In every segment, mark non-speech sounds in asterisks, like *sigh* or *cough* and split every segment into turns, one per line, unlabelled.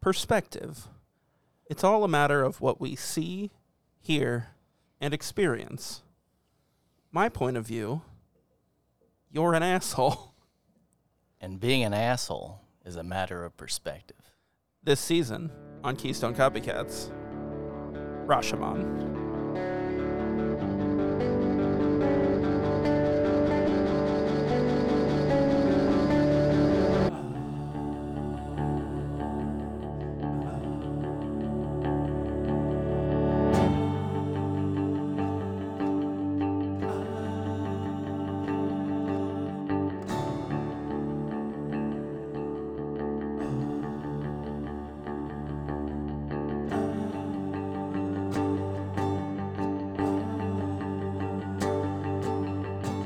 perspective. It's all a matter of what we see, hear, and experience. My point of view, you're an asshole. *laughs*
And being an asshole is a matter of perspective.
This season on Keystone Copycats, Rashomon.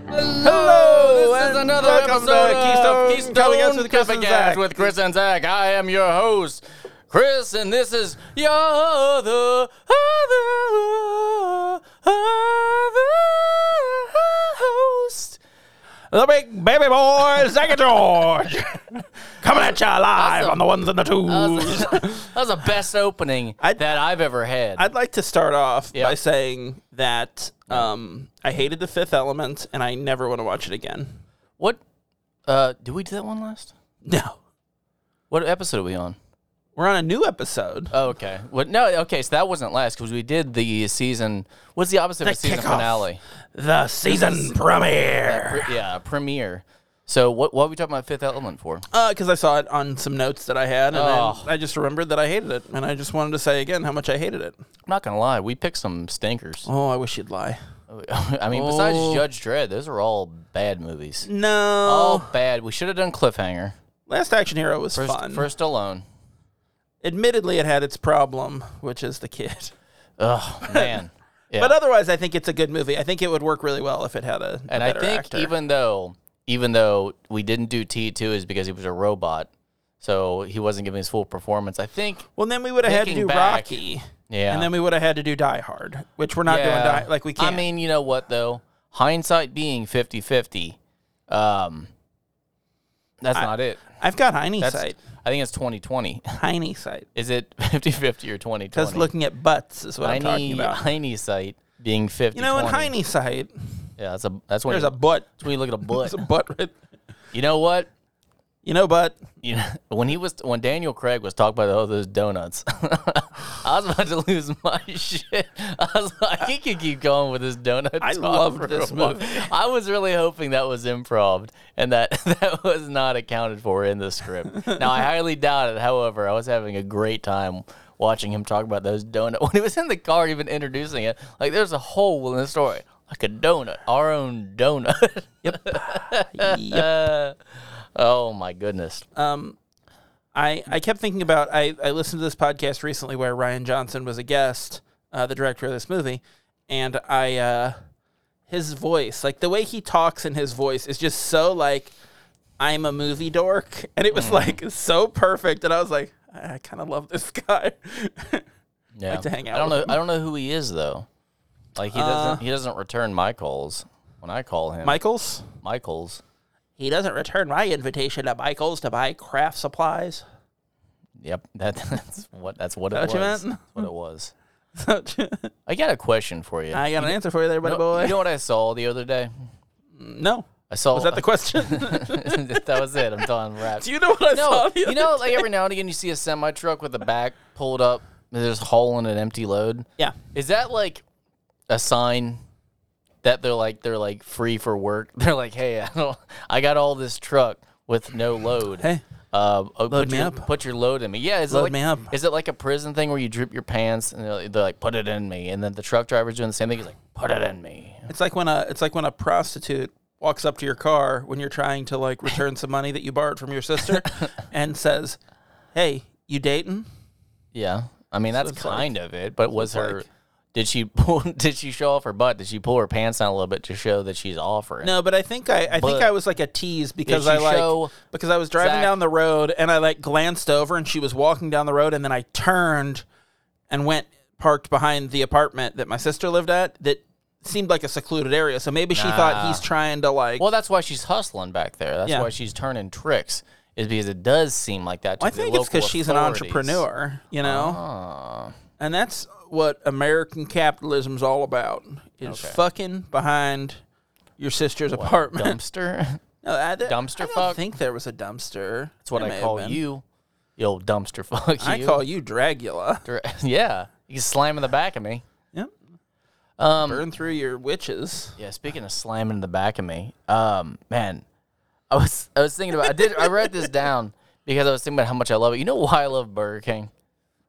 Hello, this
and
is another
welcome
episode
to
of
Keystone-
Keystone
Keystone Copycats with Chris and
Copycats
Zach.
with Chris and Zach. I am your host, Chris, and this is your other, other, other host. *laughs*
The big baby boy, Zach *laughs* George, coming at you live
Awesome.
on the ones and the twos.
that was the best opening
I-
that I've ever had.
*laughs* I'd like to start off
Yeah.
by saying that um, I hated The Fifth Element and I never want to watch it again.
what? Uh, did we do that one last?
No.
What episode are we on?
We're on a new episode.
Oh, okay. Well, no, okay. So that wasn't last because we did the season. What's the opposite of a
The
season
kickoff.
finale?
The season premiere.
Pre- yeah, premiere. So what? What are we talking about Fifth Element for?
Because Uh, I saw it on some notes that I had, and then
Oh.
I just remembered that I hated it, and I just wanted to say again how much I hated it.
I'm not gonna lie, we picked some stinkers. *laughs*
Oh, I wish you'd lie.
I mean, besides
Oh.
Judge Dredd, those are all bad movies.
No.
All bad. We should have done Cliffhanger
Last Action Hero was
Oh. first.
fun. *laughs*
First alone.
Admittedly, it had its problem, which is the kid.
Oh man. Yeah.
But otherwise, I think it's a good movie. I think it would work really well if it had a. a
and I
better
think
actor.
even though even though we didn't do T two is because he was a robot, so he wasn't giving his full performance. I think.
Well, then we would have had to
Thinking
do
back,
Rocky.
Yeah.
And then we would have had to do Die Hard, which we're not doing. Die, like we can't.
I mean, you know what though? Hindsight being 50-50, um, that's not it.
I've got hindsight.
That's I think it's 2020.
Hindsight.
*laughs* Is it 50-50 or 2020?
Because looking at butts is what I'm talking about.
hindsight being 50
You know, in hindsight,
Yeah, that's a that's when
there's
you,
a butt.
that's when you look at a
*laughs*
butt.
There's a butt. Right
you know what?
you know, *laughs* butt.
You know, *laughs* when he was when Daniel Craig was talking about all those donuts, *laughs* I was about to lose my *laughs* shit. I was like, he could keep going with his donut.
I
talk
loved
for a
this
while.
movie.
*laughs* I was really hoping that was improv and that *laughs* that was not accounted for in the script. Now I highly doubt it. However, I was having a great time watching him talk about those donuts *laughs* when he was in the car, even introducing it. Like there's a hole in the story, like a donut, our own donut. *laughs*
Yep.
oh my goodness.
I, I kept thinking about I, I listened to this podcast recently where Ryan Johnson was a guest, uh, the director of this movie, and I uh, his voice, like the way he talks in his voice is just so like I'm a movie dork, and it was like so perfect, and I was like, I, I kind of love this *laughs* guy.
Yeah.
to hang
I
out
don't
with Uh,
know. I don't know who he is though. Like he doesn't. He doesn't return my calls when I call him.
Michaels,
my calls.
he doesn't return my invitation to Michaels to buy craft supplies. *laughs*
Yep. *laughs* That, that's what. That's what it
That what you
was.
meant?
What it was.
So,
I got a question for you.
I got an answer for you there, buddy
You know-
boy.
You know what I saw the other day?
no,
I saw.
was that
*laughs*
the *laughs* question?
that was it. I'm done. Wrapped.
Do *laughs* you know what I saw?
no,
the
you
other
know, like every now and again, you see a semi truck with the back pulled up. and There's a hole in an empty load.
Yeah.
Is that like a sign that they're like they're like free for work? *laughs* They're like, hey, I don't, I got all this truck with no load.
Hey.
Uh, load put
me
your,
up.
Put your load in me. Yeah, is it
Load
like
me up.
is it like a prison thing where you drip your pants and they're, they're like put it in me, and then the truck driver's doing the same thing. He's like put it in me.
It's like when a it's like when a prostitute walks up to your car when you're trying to like return some money that you borrowed from your
*laughs*
sister and says, "Hey, you dating?"
Yeah, I mean that's
it's like-
kind of it. But
it's
was her?
like-
did she pull? *laughs* Did she show off her butt? Did she pull her pants down a little bit to show that she's offering?
No, but I think I, I
But-
think I was like a tease because
Did she
I like
show
because I was driving
Zach-
down the road and I like glanced over and she was walking down the road and then I turned and went parked behind the apartment that my sister lived at that seemed like a secluded area.
Ah.
So maybe she thought he's trying to like
Well, that's why she's hustling back there. That's
Yeah.
why she's turning tricks. is because it does seem like that. To
I
the
think it's
local
because she's an
authorities.
entrepreneur, you know,
Ah,
and that's what American capitalism's all about. Is
Okay.
fucking behind your sister's
what,
apartment.
dumpster. *laughs*
*laughs* No, I, th-
dumpster
I don't
fuck?
think there was a dumpster.
That's what
There may
I
have
call
been.
you, you old dumpster *laughs* fuck.
I
you.
call you Dragula.
Dra- yeah, you can slam in the back of me.
Yep.
Um,
Burn through your witches.
Yeah, speaking of slamming in the back of me, um, man, I was I was thinking about I did I wrote this down because I was thinking about how much I love it. You know why I love Burger King?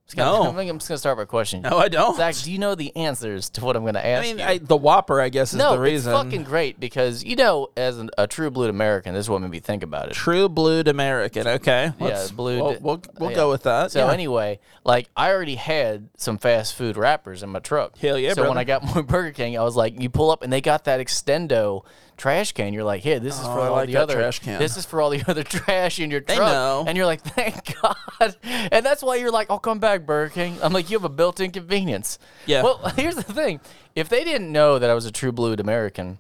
It's kinda-
No.
I think *laughs* I'm just gonna start by questioning.
No, I don't.
Zach, do you know the answers to what I'm gonna ask?
I mean,
you?
I, the Whopper, I guess, is
no,
the reason.
it's fucking great because you know, as an, a true blue American, this is what made me think about it.
True blued American. Okay. Let's-
blued-
We'll, we'll, we'll
uh, yeah.
go with that.
So
yeah.
anyway, like I already had some fast food wrappers in my truck.
Hell yeah,
So when
brother.
I got *laughs* my Burger King, I was like, you pull up and they got that extendo trash can. You're like, here, this is for
Oh, I
all
like
the
that
other
trash can.
This is for all the *laughs* other trash in your truck.
know.
And you're like, *laughs* thank God. And that's why you're like, I'll come back, Burger King. I'm like, you have a built-in convenience.
Yeah.
Well, *laughs* here's the thing: if they didn't know that I was a true blue American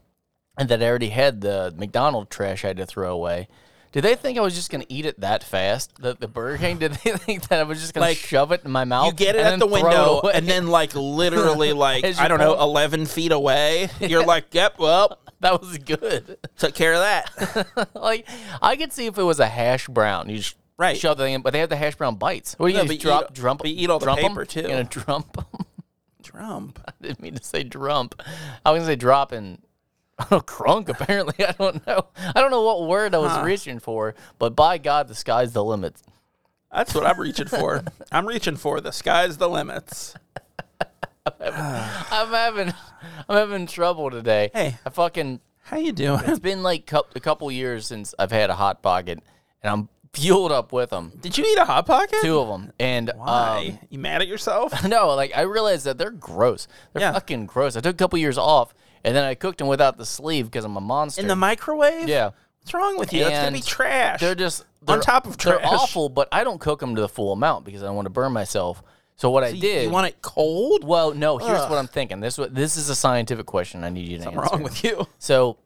and that I already had the McDonald trash I had to throw away, did they think I was just going to eat it that fast? The, the Burger King? Did they *laughs* think that I was just going
Like,
to shove it in my mouth?
you get it
and
at
then
the
throw it
window,
away?
and then *laughs* like literally, like
As
I
you
don't know,
pull-
eleven feet away, *laughs* you're like, "Yep, well,
*laughs* that was good. *laughs*
took care of that."
like I could see if it was a hash brown, you just
Right.
shove the thing in, but they have the hash brown bites. What do you
No,
just
but you
drop?
eat-
drump?
but you eat all the
drump 'em?
paper, too.
You gonna drump 'em?
*laughs*
*laughs*
Trump.
didn't mean to say drump. I was gonna say drop and *laughs* oh, crunk. Apparently, *laughs* I don't know. I don't know what word I was reaching for, but by God, the sky's the limit.
That's what I'm reaching *laughs* for. I'm reaching for the sky's the limits.
I'm having I'm having trouble today.
Hey.
I fucking
How you doing?
it's been like cou- a couple years since I've had a hot pocket, and I'm fueled up with them.
*laughs* Did you eat a hot pocket?
Two of them, and um,
Why? you mad at *laughs* yourself?
*laughs* No, like I realized that they're gross. They're
Yeah.
fucking gross. I took a couple years off, and then I cooked them without the sleeve because I'm a monster.
In the microwave?
yeah,
What's wrong with you? That's gonna be
And
trash.
they're just
On
they're,
top of
they're
trash.
awful. But I don't cook them to the full amount because I don't want to burn myself. So what I did,
You want it cold? What's
well, no. Here's
Ugh.
what I'm thinking. This wa- this is a scientific question. I need you to answer.
*laughs* wrong with you?
So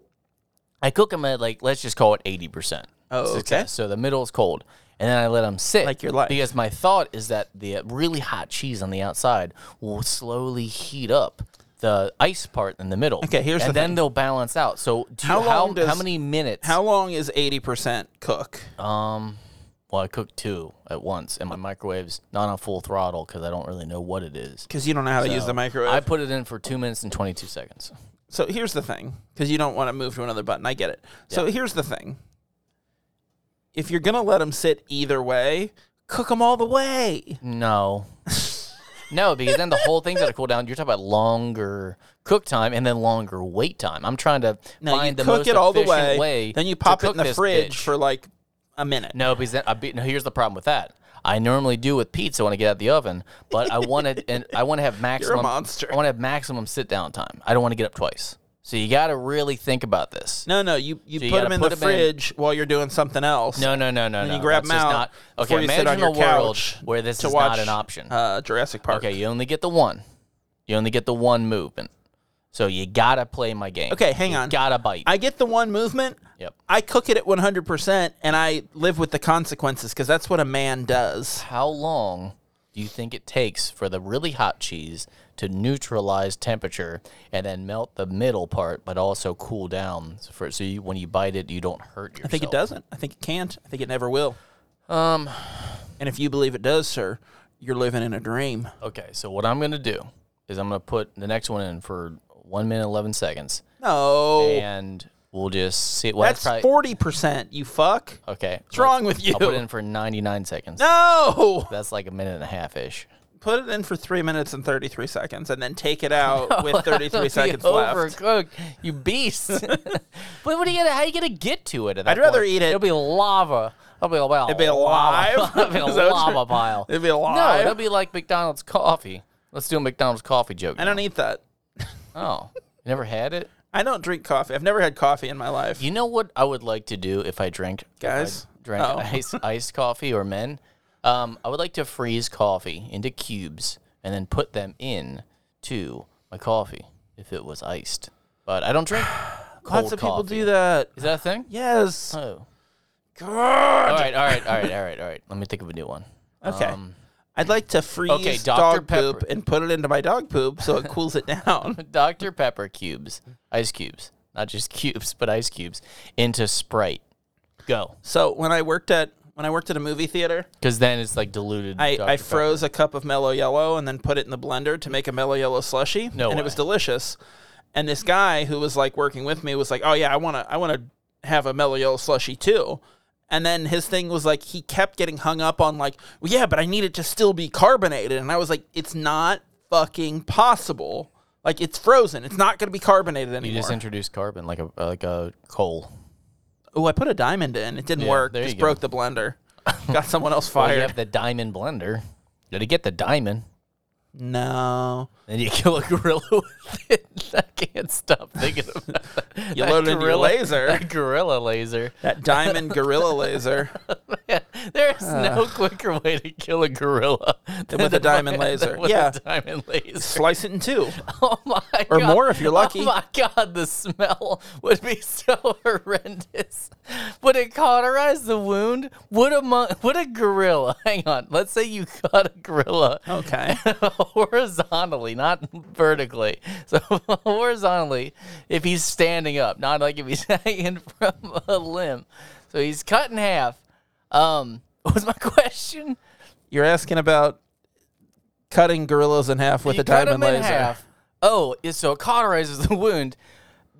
I cook them at like let's just call it eighty percent.
Oh, okay.
So the middle is cold, and then I let them sit
Like your life.
because my thought is that the really hot cheese on the outside will slowly heat up the ice part in the middle.
Okay, here's
and
the
then
thing.
they'll balance out. So do
How
you, how,
long does-
how many minutes?
How long is eighty percent cook?
Um, well, I cook two at once, and my microwave's not on full throttle because I don't really know what it is. Um,
Because you don't know how to use the microwave.
I put it in for two minutes and twenty-two seconds.
So here's the thing, because you don't want to move to another button. I get it. So here's the thing. If you're gonna let them sit either way, cook them all the way.
No. no, because then the whole thing's got to cool down. You're talking about longer cook time and then longer wait time. I'm trying to
Now
find
you
the
cook
most
it all the
efficient
way,
way
then you
to
pop it in
cook
the
this
fridge
bitch.
for like a minute.
No, because then I be, no, here's the problem with that. I normally do with pizza when I get out the oven, but I want
*laughs*
to and I want to have maximum.
monster.
I want to have maximum sit down time. I don't want to get up twice. So you got to really think about this.
No, no, you you, put
you gotta
them in
put
the
'em in.
fridge while you're doing something else.
No, no, no, no, no.
you grab
That's
'em
just
out
not-
before
Okay,
you sit on
imagine
your
a world
couch
where this
to
is
watch
not an option.
Uh, Jurassic Park.
Okay, you only get the one. You only get the one movement. So you gotta play my game.
Okay, hang
You
on.
Gotta bite.
I get the one movement.
yep.
I cook it at 100% and I live with the consequences because that's what a man does.
How long do you think it takes for the really hot cheese to neutralize temperature and then melt the middle part, but also cool down for so you, when you bite it, you don't hurt yourself?
I think it doesn't. I think it can't. I think it never will.
Um.
And if you believe it does, sir, you're living in a dream.
Okay. So what I'm gonna do is I'm gonna put the next one in for one minute eleven seconds,
No.
and we'll just see. Well,
Oh. that's
that's, probably,
40%, you fuck.
okay.
What's wrong with you?
I'll put it in for ninety nine seconds.
No.
That's like a minute and a half ish.
Put it in for 3 minutes and 33 seconds and then take it
*laughs*
out with 33 seconds left.
Overcooked,
*laughs*
you beast. but what are you gonna? How are you gonna get to it? At that
I'd rather
point?
eat it-
It'll be lava. It'll be well. It'll
be alive?
*laughs* It'll be a
Is that what
lava
you're-
pile.
It'd be
No,
alive.
it'll be like McDonald's coffee. Let's do a McDonald's coffee joke.
I don't eat that.
Oh, you never had it?
I don't drink coffee. I've never had coffee in my life.
You know what I would like to do if I drank if I
Guys?
drank
Oh.
ice iced coffee or men. Um, I would like to freeze coffee into cubes and then put them in to my coffee if it was iced. But I don't drink
*sighs*
cold
Lots of people
coffee.
do that.
Is that a thing?
Yes.
Oh.
God.
All right, all right, all right, all right, all right. Let me think of a new *laughs* one.
Okay.
Um,
I'd like to freeze
Okay, Dr.
dog
Pepper.
poop and put it into my dog poop so it cools it *laughs* down.
Dr. Pepper cubes, ice cubes, not just *laughs* cubes, but ice cubes, into Sprite. Go.
So when I worked at when I worked at a movie theater,
Because then it's like diluted.
I,
Dr.
I
Pepper.
froze a cup of mellow yellow and then put it in the blender to make a mellow yellow slushy.
No
and
way.
it was delicious. And this guy who was like working with me was like, "Oh yeah, I want to I want to have a mellow yellow slushy too." And then his thing was like he kept getting hung up on like, "Well, yeah, but I need it to still be carbonated." And I was like, "It's not fucking possible. Like it's frozen. It's not going to be carbonated
You
anymore."
just introduced carbon like a like a coal.
oh, I put a diamond in. It didn't
Yeah,
work.
there you
Just
go.
broke the
*laughs*
blender. Got someone else
Well, you
fired.
have the diamond blender. Did it get the diamond?
No.
Then you *laughs* kill a gorilla with it. *laughs* I can't stop thinking about that.
You
That
load it into your
gorilla-
laser.
That gorilla laser.
That diamond gorilla laser.
*laughs*
*sighs*
There's no quicker way to kill a gorilla than
with a
to
diamond
fucking-
laser.
than With
Yeah.
a diamond laser.
Slice it in two.
*laughs* Oh my
Or
god.
more if you're lucky.
Oh my god, the smell would be so *laughs* horrendous. Would it cauterize the wound? Would a mon- would a gorilla? *laughs* Hang on. Let's say you cut a gorilla
Okay.
*laughs* horizontally, not vertically. So *laughs* horizontally, if he's standing up, not like if he's *laughs* hanging from a limb. So he's cut in half. Um, *laughs* what was my question?
You're asking about cutting gorillas in half with
you
a diamond
cut him
laser.
In half. Oh, it- so it cauterizes the *laughs* wound.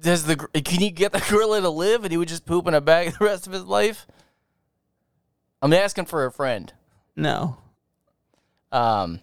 Does the gor- can you get the *laughs* gorilla to live and he would just poop in a bag *laughs* the rest of his life? I'm asking for a friend.
No.
Um,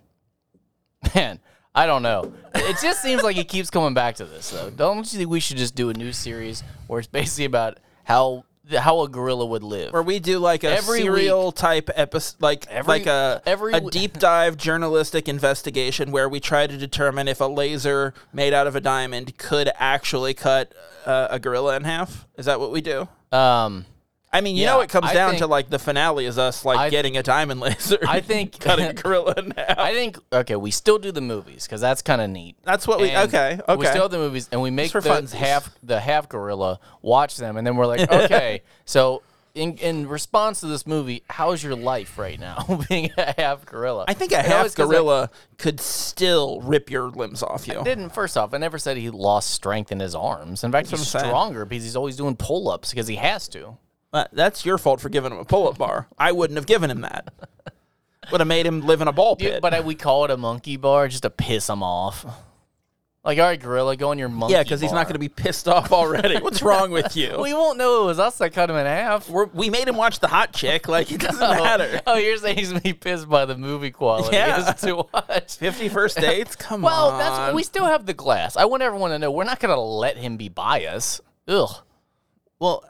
*laughs* man, I don't know. It just seems like it keeps coming back to this though. Don't you think we should just do a new series where it's basically about how how a gorilla would live?
Where we do like a
Every
serial type episode, like
Every-
like a
every
a
w- *laughs*
deep dive journalistic investigation where we try to determine if a laser made out of a diamond could actually cut uh, a gorilla in half. Is that what we do?
Um,
I mean, you
Yeah,
know, it comes
I
down
think-
to like the finale is us like
I-
getting a diamond *laughs* laser.
I
and
think-
cutting
*laughs*
a gorilla in half.
I think okay, we still do the movies because that's kind of neat.
That's what we
And
okay okay.
We still have the movies, and we make
for
the
funsies.
half the half gorilla watch them, and then
*laughs*
we're like, okay, so in in response to this movie, how's your life right now, *laughs* being a half gorilla?
I think a half gorilla could still rip your limbs off you.
didn't first off. I never said he lost strength in his arms. In fact, he's
what I'm saying.
stronger because he's always doing pull ups because he has to.
Uh, That's your fault for giving him a pull-up bar. I wouldn't have given him
*laughs*
that. Would have made him live in a ball pit.
But I, we call it a monkey bar just to piss him off. Like, all right, gorilla, go on your monkey.
yeah, because he's not going to be pissed off already.
*laughs*
What's wrong with you?
We won't know it was us that cut him in half.
We're, we made him watch the hot chick. Like it doesn't
*laughs*
matter.
Oh, you're saying he's gonna be pissed by the movie quality
Yeah.
as to
*laughs*
watch.
Fifty first
*laughs*
dates. Come
Well,
on.
that's we still have the glass. I want everyone to know we're not gonna let him be biased. Ugh.
well.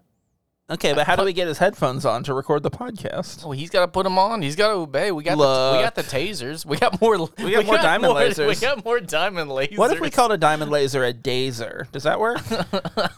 Okay, but how do we get his headphones on to record the podcast?
Well, Oh, he's got to put him on. He's got to obey. We got the, we got the tasers. We got more. We
got more diamond lasers.
We got more diamond lasers.
What if we
*laughs*
called a diamond laser a dazer? Does that work?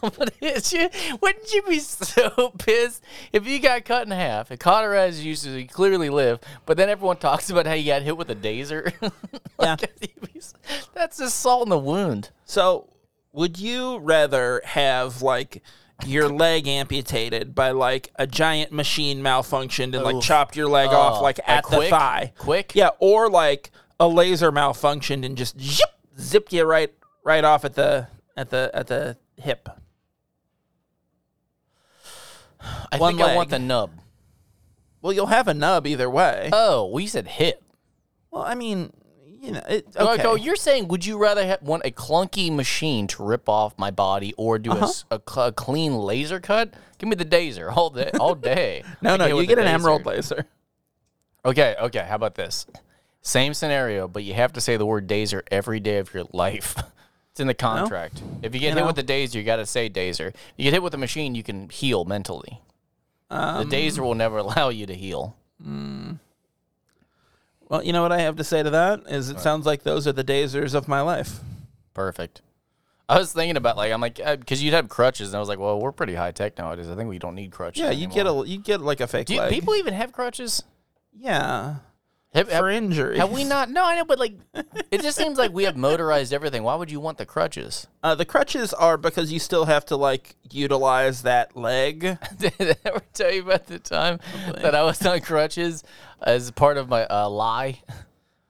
What is you- wouldn't you be so *laughs* pissed if you got cut in half? It cauterizes you, so you clearly live. But then everyone talks about how you got hit with a daser. *laughs* Like, you'd be s- that's just salt in the wound.
So, would you rather have like your leg amputated by like a giant machine malfunctioned and like chopped your leg off like Oh, at the
quick?
thigh?
Quick?
Yeah, or like a laser malfunctioned and just zip, zipped you right right off at the at the at the hip.
I
One
think I want the
leg.
nub.
Well, you'll have a nub either way.
Oh, we said hit.
well, I mean, you know, it, okay.
Okay. Oh, you're saying would you rather ha- want a clunky machine to rip off my body or do a
Uh-huh.
s- a, cl- a clean laser cut? Give me the daser all day,
*laughs*
all day.
no,
I
no, you
with
get
the
an
daser.
emerald laser.
Okay, okay. How about this? Same scenario, but you have to say the word daser every day of your *laughs* life. It's in the contract. If you get hit
know.
with the daser, you got to say daser. If you get hit with a machine, you can heal mentally.
Um,
the daser will never *laughs* allow you to heal.
Well, you know what I have to say to that is it sounds like those are the dazers of my life.
Perfect. I was thinking about like I'm like because you'd have crutches, and I was like, well, we're pretty high tech nowadays. I think we don't need crutches.
Yeah, you
anymore.
get a you get like a fake
Do you-
leg.
people even have crutches?
Yeah.
Have, have-
for injuries.
have we not? No, I know, but
*laughs*
like, it just seems like we have motorized everything. Why would you want the crutches? *laughs*
Uh, the crutches are because you still have to like utilize that leg.
Did I ever tell you about the time that I was on crutches as part of my uh, lie?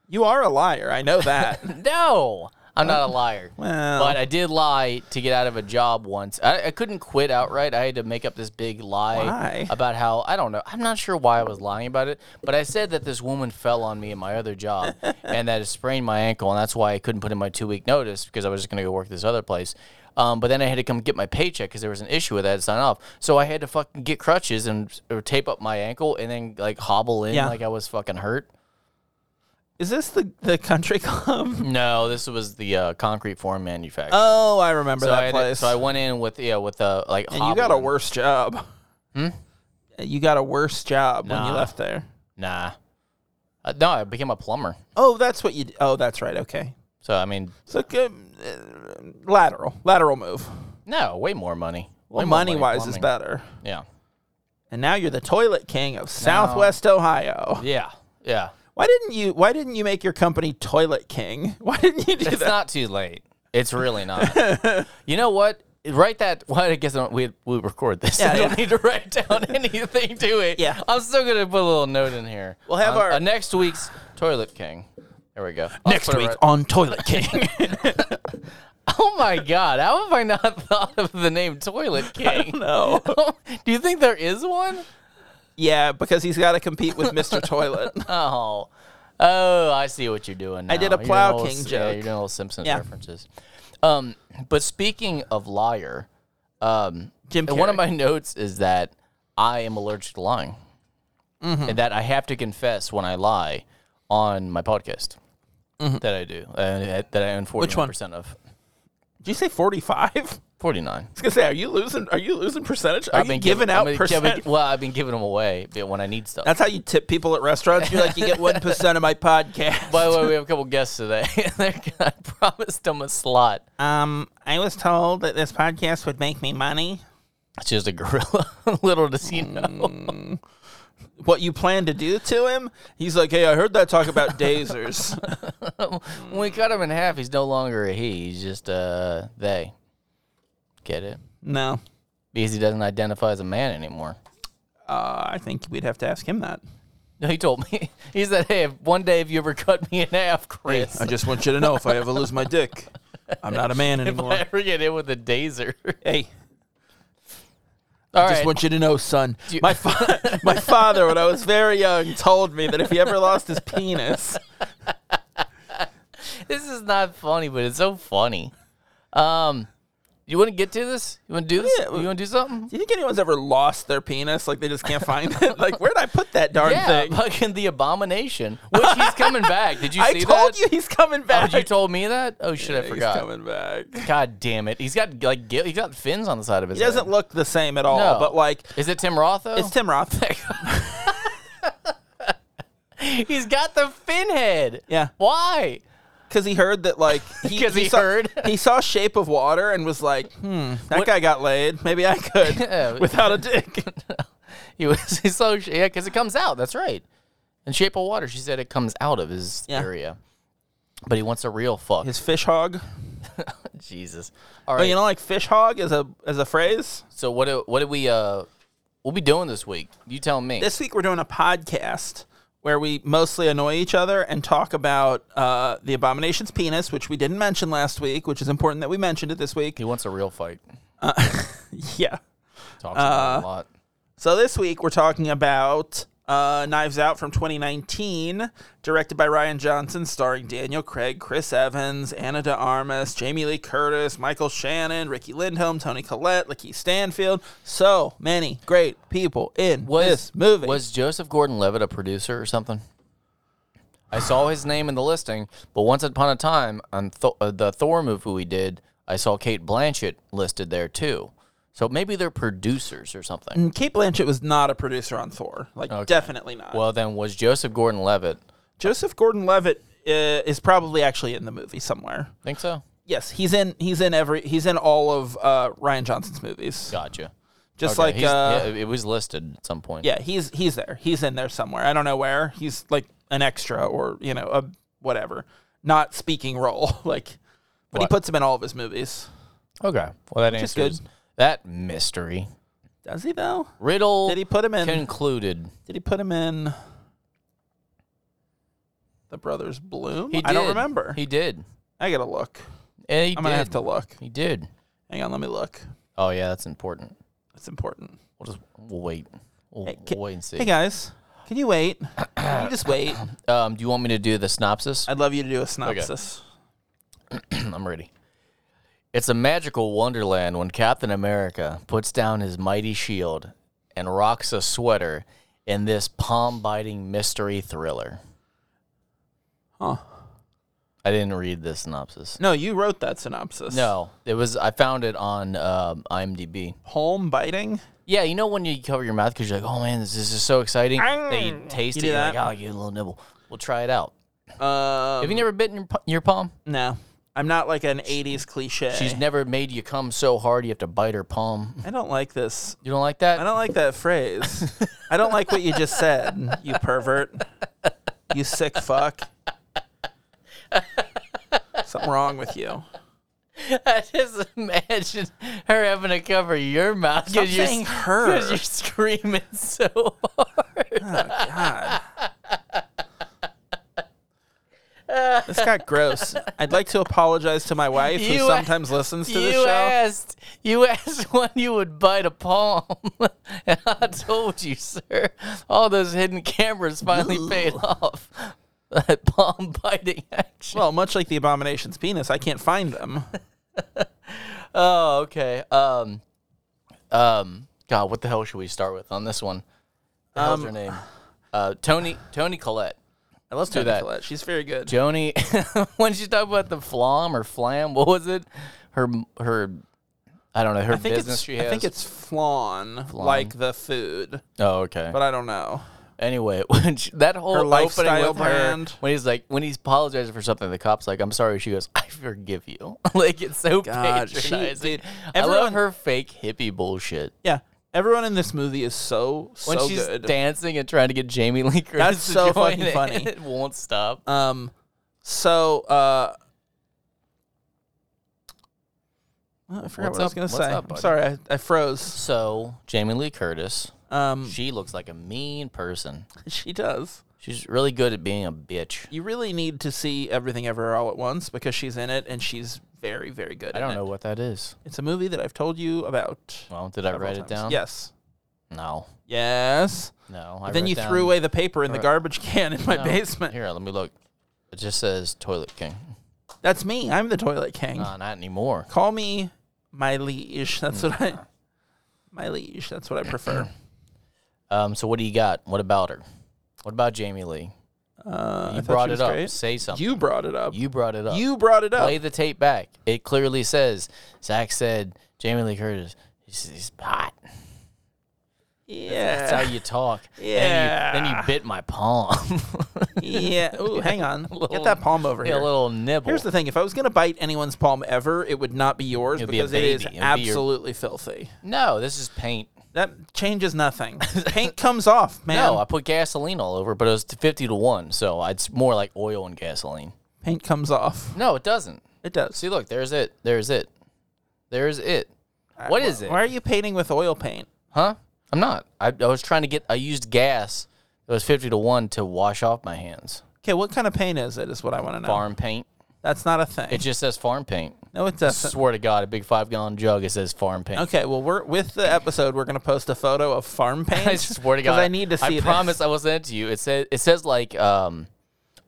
You are a liar. I know
*laughs*
that.
No, I'm not a liar.
well.
but I did lie to get out of a job once. I, I couldn't quit outright. I had to make up this big lie
Why?
about how I don't know. I'm not sure why I was lying about it, but I said that this woman fell on me in my other
*laughs*
job and that it sprained my ankle, and that's why I couldn't put in my two week notice because I was just going to go work this other place. Um, but then I had to come get my paycheck because there was an issue with that to sign off. So I had to fucking get crutches and or tape up my ankle and then like hobble in
Yeah.
like I was fucking hurt.
Is this the the country club?
No, this was the uh, concrete form manufacturer.
Oh, I remember
So I,
that
had to-
place.
so I went in with yeah with uh, like
and you got a
hobbling.
worse job. Hmm? You got a worse job when you
Nah.
left there.
nah uh, no I became a plumber
Oh, that's what you. d- Oh, that's right. Okay.
so I mean
So um, uh, lateral, lateral move.
no way more money
Well,
Way more
money wise is
plumbing.
better.
yeah
And now you're the toilet king of Southwest Ohio.
yeah yeah
Why didn't you? Why didn't you make your company Toilet King? *laughs* Why didn't you do
it's
that?
not too late it's
*laughs*
really not you know what write that *laughs* well I guess we we record this
Yeah,
I don't
yeah.
need to write down *laughs* anything to it
Yeah.
I'm still gonna put a little note in here
We'll have
On-
our-
uh, next week's toilet king there we go I'll put it right- *laughs*
on Toilet *laughs* King.
oh my god how have I not *laughs* thought of the name
*laughs*
toilet king
no.
*laughs* Do you think there is one?
Yeah, because he's got to compete with
*laughs*
Mr. Toilet.
Oh, oh, I see what you're doing.
I did
now.
a
You're doing
Plow
little-
King
Yeah,
joke.
you're doing little Simpsons
Yeah.
references. Um, but speaking of liar, um,
Jim
and one of
Carrey.
my notes is that I am allergic to lying,
Mm-hmm.
and that I have to confess when I lie on my podcast. That I do. Uh, that I own
Mm-hmm. Which one?
forty-one percent of.
Did you say 45? *laughs* I was
Forty-nine.
gonna say, are you losing? Are you losing percentage? Are
I've
you
been
giving
I've
out
been
percent?
giving- well, I've been giving them away but when I need stuff.
That's how you tip people at restaurants. You're like, you get one percent of my
*laughs*
podcast.
By the way, we have a couple guests today. *laughs* They're- I promised them a slot.
um, I was told that this podcast would make me money.
It's just a gorilla. *laughs* Little does he know.
What you plan to do to him? He's like, hey, I heard that talk
*laughs*
about dazers. *laughs*
When we cut him in half, he's no longer a he. He's just a they. Get it?
no,
Because he doesn't identify as a man anymore.
uh, I think we'd have to ask him that.
No, he told me. *laughs* He said, "Hey, if one day if you ever cut me in half, Chris,
I just want you to know if I ever lose my dick, I'm not a man
*laughs* if I
anymore.
ever get in with a *laughs* dazer."
Hey,
All
I just
right.
want you to know, son.
you-
My
*laughs*
fa- my father, when I was very young, told me that if he ever lost his penis,
this is not funny, but it's so funny. Um, you want to get to this? You want to do this?
Yeah,
you want to do something?
do you think anyone's ever lost their penis? Like they just can't find it. Like where'd I put that darn
Yeah,
thing?
fucking the abomination. Which he's coming back. Did you see
*laughs* I told
that?
you he's coming
Oh,
back.
you told me that? Oh shit, I
he's
forgot.
coming back. He
God damn it! He's got like gil- he's got fins on the side of his.
doesn't
Head.
look the same at all.
No. Oh.
But like,
Is it Tim Roth though?
it's Tim Roth.
*laughs* he's got the fin head.
Yeah.
Why?
Because he heard that,
*laughs*
like, he,
'Cause he
saw,
heard.
*laughs* he saw Shape of Water and was like, "Hmm, that guy got laid. Maybe I could
*laughs* Yeah.
*laughs* without a
*laughs*
dick."
He was *laughs* he's so sh- yeah because it comes out. That's right. In Shape of Water, she said it comes out of his
Yeah.
area. But he wants a real fuck.
His fish hog.
Jesus. All
But
right.
you know, like fish hog as a as a phrase.
so what do, what did we uh we'll be doing this week? You tell me.
This week we're doing a podcast where we mostly annoy each other and talk about uh, the abomination's penis, which we didn't mention last week, which is important that we mentioned it this week.
he wants a real fight.
*laughs* Yeah.
Talks about
Uh,
it a lot.
So this week we're talking about uh, Knives Out from 2019, directed by Ryan Johnson, starring Daniel Craig, Chris Evans, Anna de Armas, Jamie Lee Curtis, Michael Shannon, Ricky Lindholm, Tony Collette, Lakeith Stanfield. So many great people in this movie.
Was Joseph Gordon-Levitt a producer or something? I saw his name in the listing, but once upon a time on Th- uh, the Thor movie we did, I saw Kate Blanchett listed there too. So maybe they're producers or something.
Kate Blanchett was not a producer on Thor. Like, definitely not.
Well, then was Joseph Gordon-Levitt?
Joseph Gordon-Levitt uh, is probably actually in the movie somewhere.
Think so?
Yes, he's in. He's in every. He's in all of uh, Ryan Johnson's movies.
Gotcha.
Just
Okay,
like
he's-
uh,
yeah, it was listed at some point.
yeah, he's he's there. He's in there somewhere. I don't know where. He's like an extra or you know a whatever, not speaking role. *laughs* like, but he
What?
puts him in all of his movies.
Okay. Well, that
is
answers that mystery.
Does he though?
Riddle
Did he put him in?
concluded.
Did he put him in? The Brothers Bloom.
He
I don't
did.
remember.
He did.
I gotta look.
And he
I'm
did.
gonna have to look.
He did.
Hang on, let me look.
Oh yeah, that's important.
It's important.
We'll just we'll wait. We'll,
Hey, ca-
we'll wait and see.
Hey guys, can you
*clears throat*
wait? Can you just wait?
Um, do you want me to do the synopsis? *clears throat*
I'd love you to do a synopsis.
I'm ready. It's a magical wonderland when Captain America puts down his mighty shield and rocks a sweater in this palm-biting mystery thriller.
Huh.
I didn't read the synopsis.
No, you wrote that synopsis.
No, it was I found it on um, IMDb.
Palm
*laughs*
biting?
Yeah, you know when you cover your mouth because you're like, oh man, this, this is so exciting. that you taste
Mm. You
it,
do
you're
that?
like, oh, you get a little nibble. We'll try it out.
Um,
Have you never bitten your, pa- your palm?
no. I'm not like an 80s cliche.
She's never made you come so hard you have to bite her palm.
I don't like this.
You don't like
I
that?
don't like that phrase. I don't like what you just
*laughs*
said, you pervert. You sick fuck. Something wrong with you.
I *laughs* just imagine her having to cover your mouth
Stop
you're,
saying
s-
her.
'cause you're screaming *laughs* so hard.
God. this got gross. I'd like to apologize to my wife
You-
who sometimes listens to
you
this show.
asked, you asked *laughs* when you would bite a palm, *laughs* and I told you, sir. All those hidden cameras finally paid off. *laughs* That palm biting action.
Well, much like the abomination's penis, I can't find
*laughs*
them.
Oh, okay. Um, um, God, what the hell should we start with on this one? The
Um,
hell's her name? Uh, Tony, Tony Collette.
I love
that.
Tony Collette. She's very good.
Joni, *laughs* when she talked about the flom or flam, what was it? Her, her, I don't know, her
I think
business
it's
she
I
has.
think it's flan, like the food,
oh, okay.
but I don't know.
Anyway, *laughs* when she, that whole
Her
opening
lifestyle
with
brand.
her, when he's like, when he's apologizing for something, the cop's like, "I'm sorry." She goes, "I forgive you." *laughs* like it's so
God, she-
patronizing.
dude,
I
everyone-
love her fake hippie bullshit.
Yeah, everyone in this movie is so
When
so
she's
good.
dancing and trying to get Jamie Lee Curtis,
That's
to
so
join
fucking
it,
funny.
It won't stop.
um, so uh, oh, I forgot
What's
what I was
up-
gonna
what's
say.
up,
I'm
buddy?
sorry, I, I froze.
so Jamie Lee Curtis, *laughs*
Um,
she looks like a mean person.
she does.
She's really good at being a bitch.
You really need to see everything ever all at once because she's in it and she's very very good.
I don't know what that is.
It's a movie that I've told you about.
Well, did I
several
write it
times.
down?
Yes.
No.
Yes.
No. I
then
wrote
you
down-
threw away the paper in the
Or-
garbage can in my *laughs*
No.
basement.
Here, let me look. It just says Toilet King.
That's me. I'm the toilet king.
Nah, not anymore.
Call me my liege. That's what I.
Mm.
My liege. That's what I prefer.
Um, so what do you got? What about her? What about Jamie Lee?
Uh, I
You
thought
brought
she was
it up.
great.
Say something.
You brought it up.
You, brought it up.
You brought it up.
play the tape back. It clearly says Zach said Jamie Lee Curtis. He's, he's hot. That's
Yeah.
how you talk.
Yeah.
And you, then you bit my palm. *laughs*
yeah. Ooh, hang on. Get
little-
that palm over
a
here.
little nibble.
Here's the thing. If I was going to bite anyone's palm ever, it would not be yours
It'd be a
because it is
baby. It'd be your-
absolutely filthy.
no, this is paint.
That changes
*laughs*
nothing. Paint comes off, man.
No, I put gasoline all over, but it was to fifty to one, so it's more like oil and gasoline.
Paint comes off.
No, it doesn't.
It does.
See, look, there's it. There's it. There's it.
Uh,
What is it?
Why are you painting with oil paint?
Huh? I'm not. I, I was trying to get. I used gas. It was fifty to one to wash off my hands.
Okay, what kind of paint is it? Is what I want to know.
Farm paint.
That's not a thing.
It just says farm paint.
no, it doesn't.
Swear to God, a big five gallon jug. It says farm paint.
Okay, well, we're with the episode. We're gonna post a photo of farm paint.
*laughs* I swear to
'cause
God,
I need to see.
I
this.
promise I will send it to you. It says it says like um,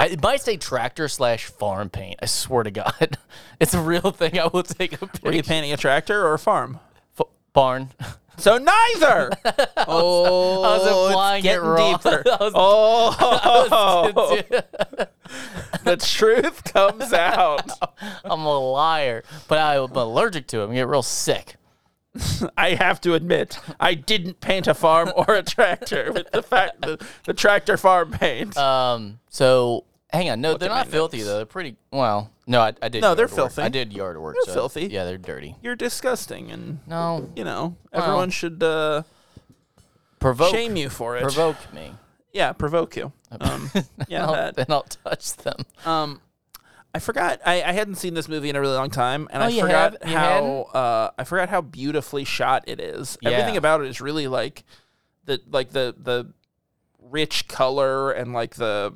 I, it might say tractor slash farm paint. I swear to God, *laughs* it's a real thing. I will take a
Are you
picture.
painting a tractor or a farm?
F- barn. *laughs*
So neither. oh,
I was
it's
implying it
getting
wrong.
deeper.
*laughs* I was-
*laughs* oh, *laughs* the truth comes out.
*laughs* I'm a liar, but I'm allergic to it. I get real sick.
I have to admit, I didn't paint a farm or a tractor *laughs* with the fact the, the tractor farm paint.
Um. So hang on. No, they're
at my
not filthy
notes.
though. They're pretty. Well, no, I, I did.
No,
yard
they're
work.
filthy.
I did yard work.
They're
so-
filthy.
Yeah, they're dirty.
You're disgusting, and
No,
you know everyone should uh,
provoke.
shame you for it.
Provoke me. *laughs*
Yeah, provoke you. Um, yeah,
I'll-
that.
then I'll touch them.
Um, I forgot. I, I hadn't seen this movie in a really long time, and
Oh,
I
you
forgot
haven't- you
how uh, I forgot how beautifully shot it is. Everything
Yeah.
about it is really like the like the the rich color and like the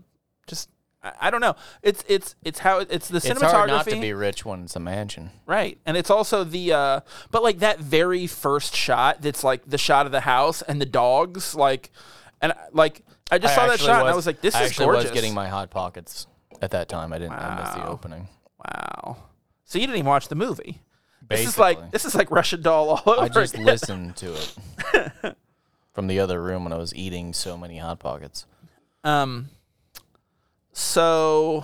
just I, I don't know. It's it's it's how it's the cinematography.
It's hard not to be rich when it's a mansion.
Right. And it's also the uh but like that very first shot that's like the shot of the house and the dogs like and like I just saw that
actually
shot and I was like this
I
is
actually
gorgeous.
was getting my hot pockets at that time. I didn't. I missed the
Wow.
opening.
wow. So you didn't even watch the movie.
Basically,
This is like this is like Russian doll all over.
I
*laughs*
just
again.
listened to it from the other room when I was eating so many hot pockets.
um so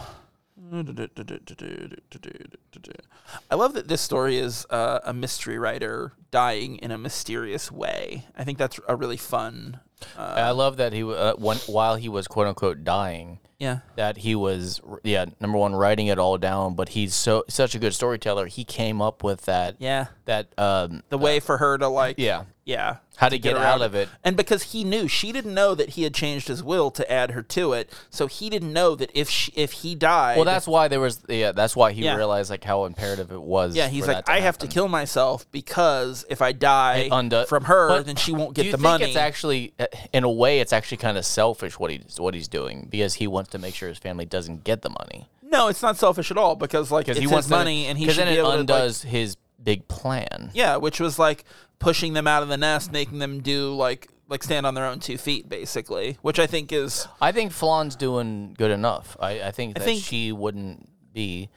I love that this story is uh, a mystery writer dying in a mysterious way. I think that's a really fun.
I love that he w- uh, when, while he was quote unquote dying,
Yeah.
that he was r- yeah number one writing it all down. But he's so such a good storyteller. He came up with that
Yeah.
that um
the way for her to like
yeah
yeah
how to, get,
around
out of it.
and because he knew she didn't know that he had changed his will to add her to it so he didn't know that if she, if he died
Well, that's why there was yeah that's why he
Yeah.
realized like how imperative it was.
yeah he's
for
like
that to
i have to
happen."
kill myself because if i die
It undo-
from her
But
then she won't
Do
get
you
the
think
money
it's actually uh, in a way it's actually kind of selfish what he's what he's doing because he wants to make sure his family doesn't get the money
no it's not selfish at all because like it's
because he
his
wants to-
money and he
'cause
should
then
be
it
able to like,
undoes his big plan.
yeah which was like pushing them out of the nest making them do like like stand on their own two feet basically which i think is
I think Flawn's doing good enough. I, I think that
think-
she wouldn't be,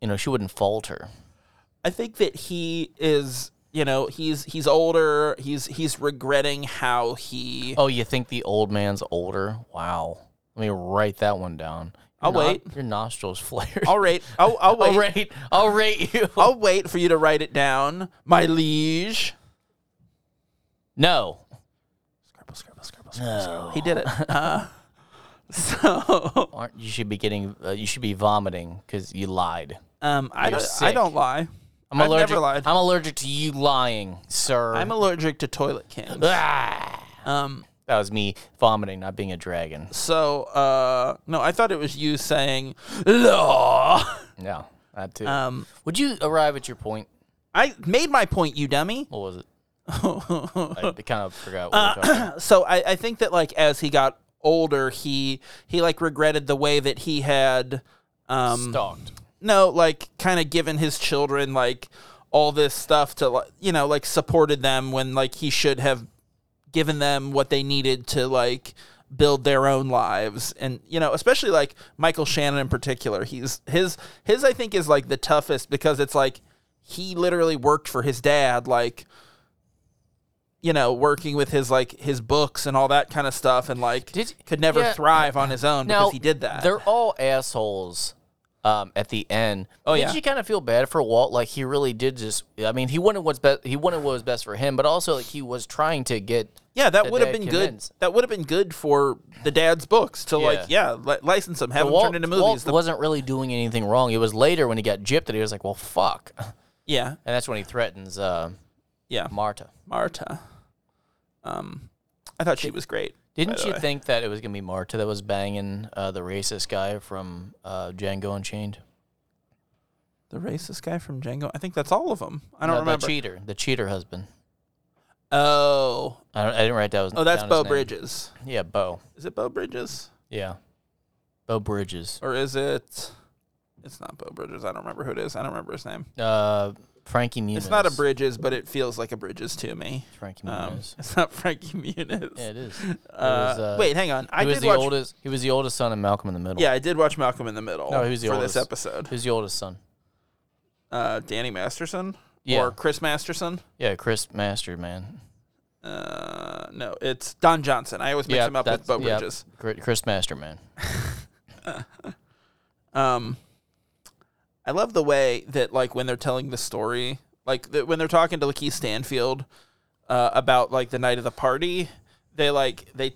you know, she wouldn't falter.
I think that he is, you know, he's he's older. He's he's regretting how he.
Oh, you think the old man's older? Wow. Let me write that one down.
I'll
Your no-
wait.
Your nostrils flared.
All right, I'll, I'll
*laughs* I'll
wait.
rate. I'll rate you.
I'll wait for you to write it down, my liege.
No.
Scribble, scribble, scribble.
No.
He did it. Uh, *laughs* so,
Aren't you should be getting? Uh, you should be vomiting because you lied.
um, I
You're
don't, I
sick.
don't lie.
I'm
I've
allergic.
never lied.
I'm allergic to you lying, sir.
I'm allergic to toilet cans.
Ah!
Um,
That was me vomiting, not being a dragon.
so, uh, no, I thought it was you saying, "Law."
No, that too.
Um,
Would you arrive at your point?
I made my point, you dummy. *laughs*
What was it? I kind of forgot. What we were talking about.
so I, I think that like as he got older he he like regretted the way that he had um
Stalked.
no like kind of given his children like all this stuff to like you know like supported them when like he should have given them what they needed to like build their own lives and you know especially like Michael Shannon in particular he's his his I think is like the toughest because it's like he literally worked for his dad like you know working with his like his books and all that kind of stuff and like
Did-
could never
yeah.
thrive on his own
Now
because he did that
They're all assholes. Um, at the end, oh
yeah.
did you kind of feel bad for Walt? Like he really did just. I mean, he wanted what's best. He wanted what was best for him, but also like he was trying to get.
Yeah, that
that
would have
dad
been
convinced.
good. That would have been good for the dad's books to like, yeah, li- license them, have them
Walt,
turned into
Walt
movies. The-
wasn't really doing anything wrong. It was later when he got gypped that he was like, "Well, fuck," and
yeah,
that's when he threatens uh,
yeah,
Marta.
Marta. Um, I thought she was great. by
Didn't
the
you
way.
think that it was gonna be Marta that was banging uh, the racist guy from uh, Django Unchained?
the racist guy from Django? I think that's all of them. I don't
No,
remember.
the cheater, the cheater husband.
oh,
I, don't, I didn't write that. Was
oh, that's
down his
Bo
name.
Bridges.
Yeah, Bo.
Is it Bo Bridges
Yeah. Bo Bridges.
or is it? It's not Bo Bridges. I don't remember who it is. I don't remember his name.
Uh, Frankie Muniz.
It's not a Bridges, but it feels like a Bridges to me.
Frankie
Um, *laughs*
Muniz.
it's not Frankie Muniz.
yeah, it is.
Uh,
was, uh,
wait, hang on. I
he was
did
the
watch
oldest. He was the oldest son of Malcolm in the Middle.
Yeah, I did watch Malcolm in the Middle
No, he was the
for
oldest.
this episode.
He was the oldest son.
Uh, Danny Masterson
Yeah.
or Chris Masterson.
Yeah, Chris Master, man.
Uh, no, it's Don Johnson. I always mix
yeah,
him up with
that's-
Bo
yeah,
Bridges.
Chri- Chris Master, man.
Um, I love the way that like when they're telling the story, like that when they're talking to Lakeith Stanfield uh, about like the night of the party, they like they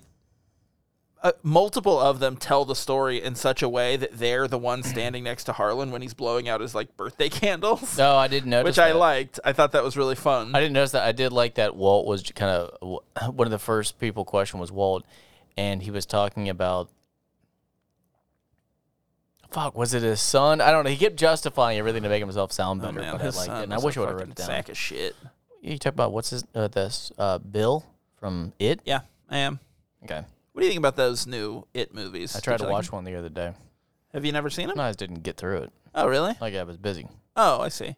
uh, multiple of them tell the story in such a way that they're the one standing next to Harlan when he's blowing out his like birthday *laughs* candles,
No,
*laughs*
I didn't notice.
which I
that.
liked. I thought that was really fun.
I didn't notice that. I did like that Walt was *laughs* kind of one of the first people question was Walt, and he was talking about fuck, was it his son? I don't know. He kept justifying everything to make himself sound better,
Oh, Man,
but I
his
liked it.
son
And I
was
wish
a
I would have
fucking
written it down.
Sack of shit.
You talk about what's his uh, this uh, Bill from It.
Yeah, I am.
Okay,
What do you think about those new It movies?
I tried
Did
to
you like
watch one the other day.
them? Have you never seen them?
No, I just didn't get through it.
Oh, really?
Like I was busy.
Oh, I see.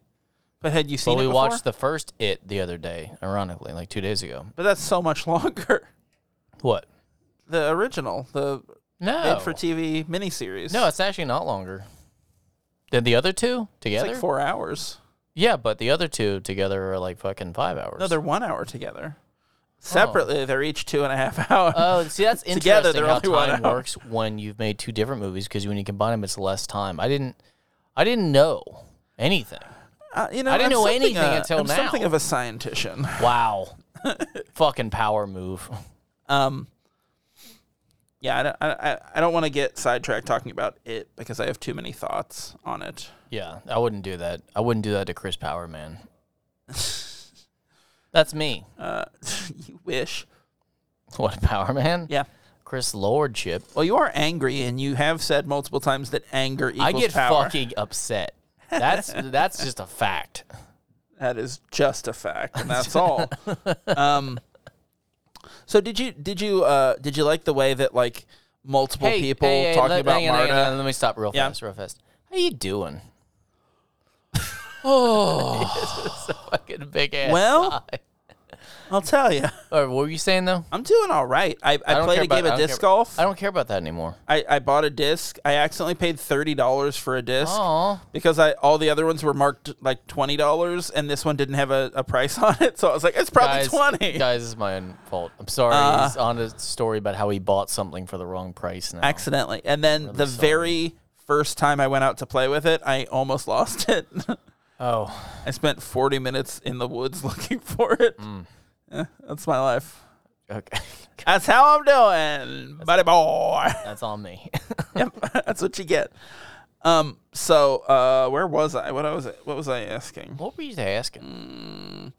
But had you seen
But we
it before?
watched the first It the other day, ironically, like two days ago.
but that's so much *laughs* longer.
What?
The original, the
No,
made for TV miniseries.
no, it's actually not longer than the other two
it's
together.
like four hours.
Yeah, but the other two together are like fucking five hours.
No, they're one hour together. Separately, they're each two and a half *laughs* hours.
*laughs* Oh, see, that's interesting
Together, they're
how
only one
time
hour.
works when you've made two different movies because when you combine them, it's less time. I didn't, I didn't know anything.
Uh, you know,
I didn't
I'm
know
something,
anything
uh,
until
I'm
now.
Something of a scientician. *laughs*
Wow, fucking power move. *laughs*
Um, yeah, I don't, I, I- I don't want to get sidetracked talking about it because I have too many thoughts on it. *laughs*
Yeah, I wouldn't do that. I wouldn't do that to Chris Power, man. That's me.
Uh, you wish.
What Power Man?
Yeah.
Chris Lordship.
Well, you are angry, and you have said multiple times that anger equals
I get
power.
fucking upset.
*laughs*
That's that's just a fact.
That is just a fact, and *laughs* that's all. um, so did you did you uh, did you like the way that like multiple people
hey, hey,
talking
let-
about
hang on, hang on,
Marta?
hang on. let me stop real
Yeah.
fast, real fast. How
*laughs*
you doing? oh, this is a *laughs* fucking big ass.
Well, I'll tell you,
Or what were you saying though?
I'm doing all right. I, I,
don't
played
care
a game
about- I
of
don't
disc
care-
golf.
I don't care about that anymore.
I, I bought a disc. I accidentally paid thirty dollars for a disc
Oh,
because I all the other ones were marked like twenty dollars, and this one didn't have a, a price *laughs* on it. So I was like, it's probably
guys,
twenty. Uh.
guys, it's my own fault. I'm sorry. He's on a story about how he bought something for the wrong price now.
Accidentally, and then the very first time I went out to play with it, I almost *laughs* lost it.
oh,
I spent forty minutes in the woods *laughs* looking for it. Yeah, that's my life.
okay, *laughs*
That's how I'm doing, buddy boy. *laughs*
that's on me.
yep, *laughs* that's what you get. Um, so uh, where was I? What I was what was I asking?
what were you asking?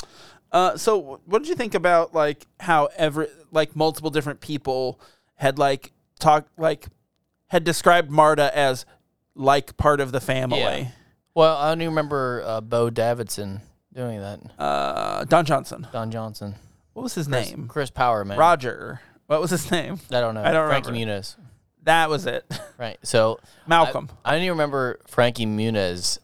Uh, so wh- what did you think about like how every like multiple different people had like talk like had described Marta as like part of the family?
Well, I only remember uh, Bo Davidson doing that.
Uh, Don Johnson.
Don Johnson,
What was his name?
Chris Power, man.
Roger. What was his name?
I don't know.
I don't
Frankie
remember.
Muniz.
That was it. *laughs*
Right. So
Malcolm.
I only remember Frankie Muniz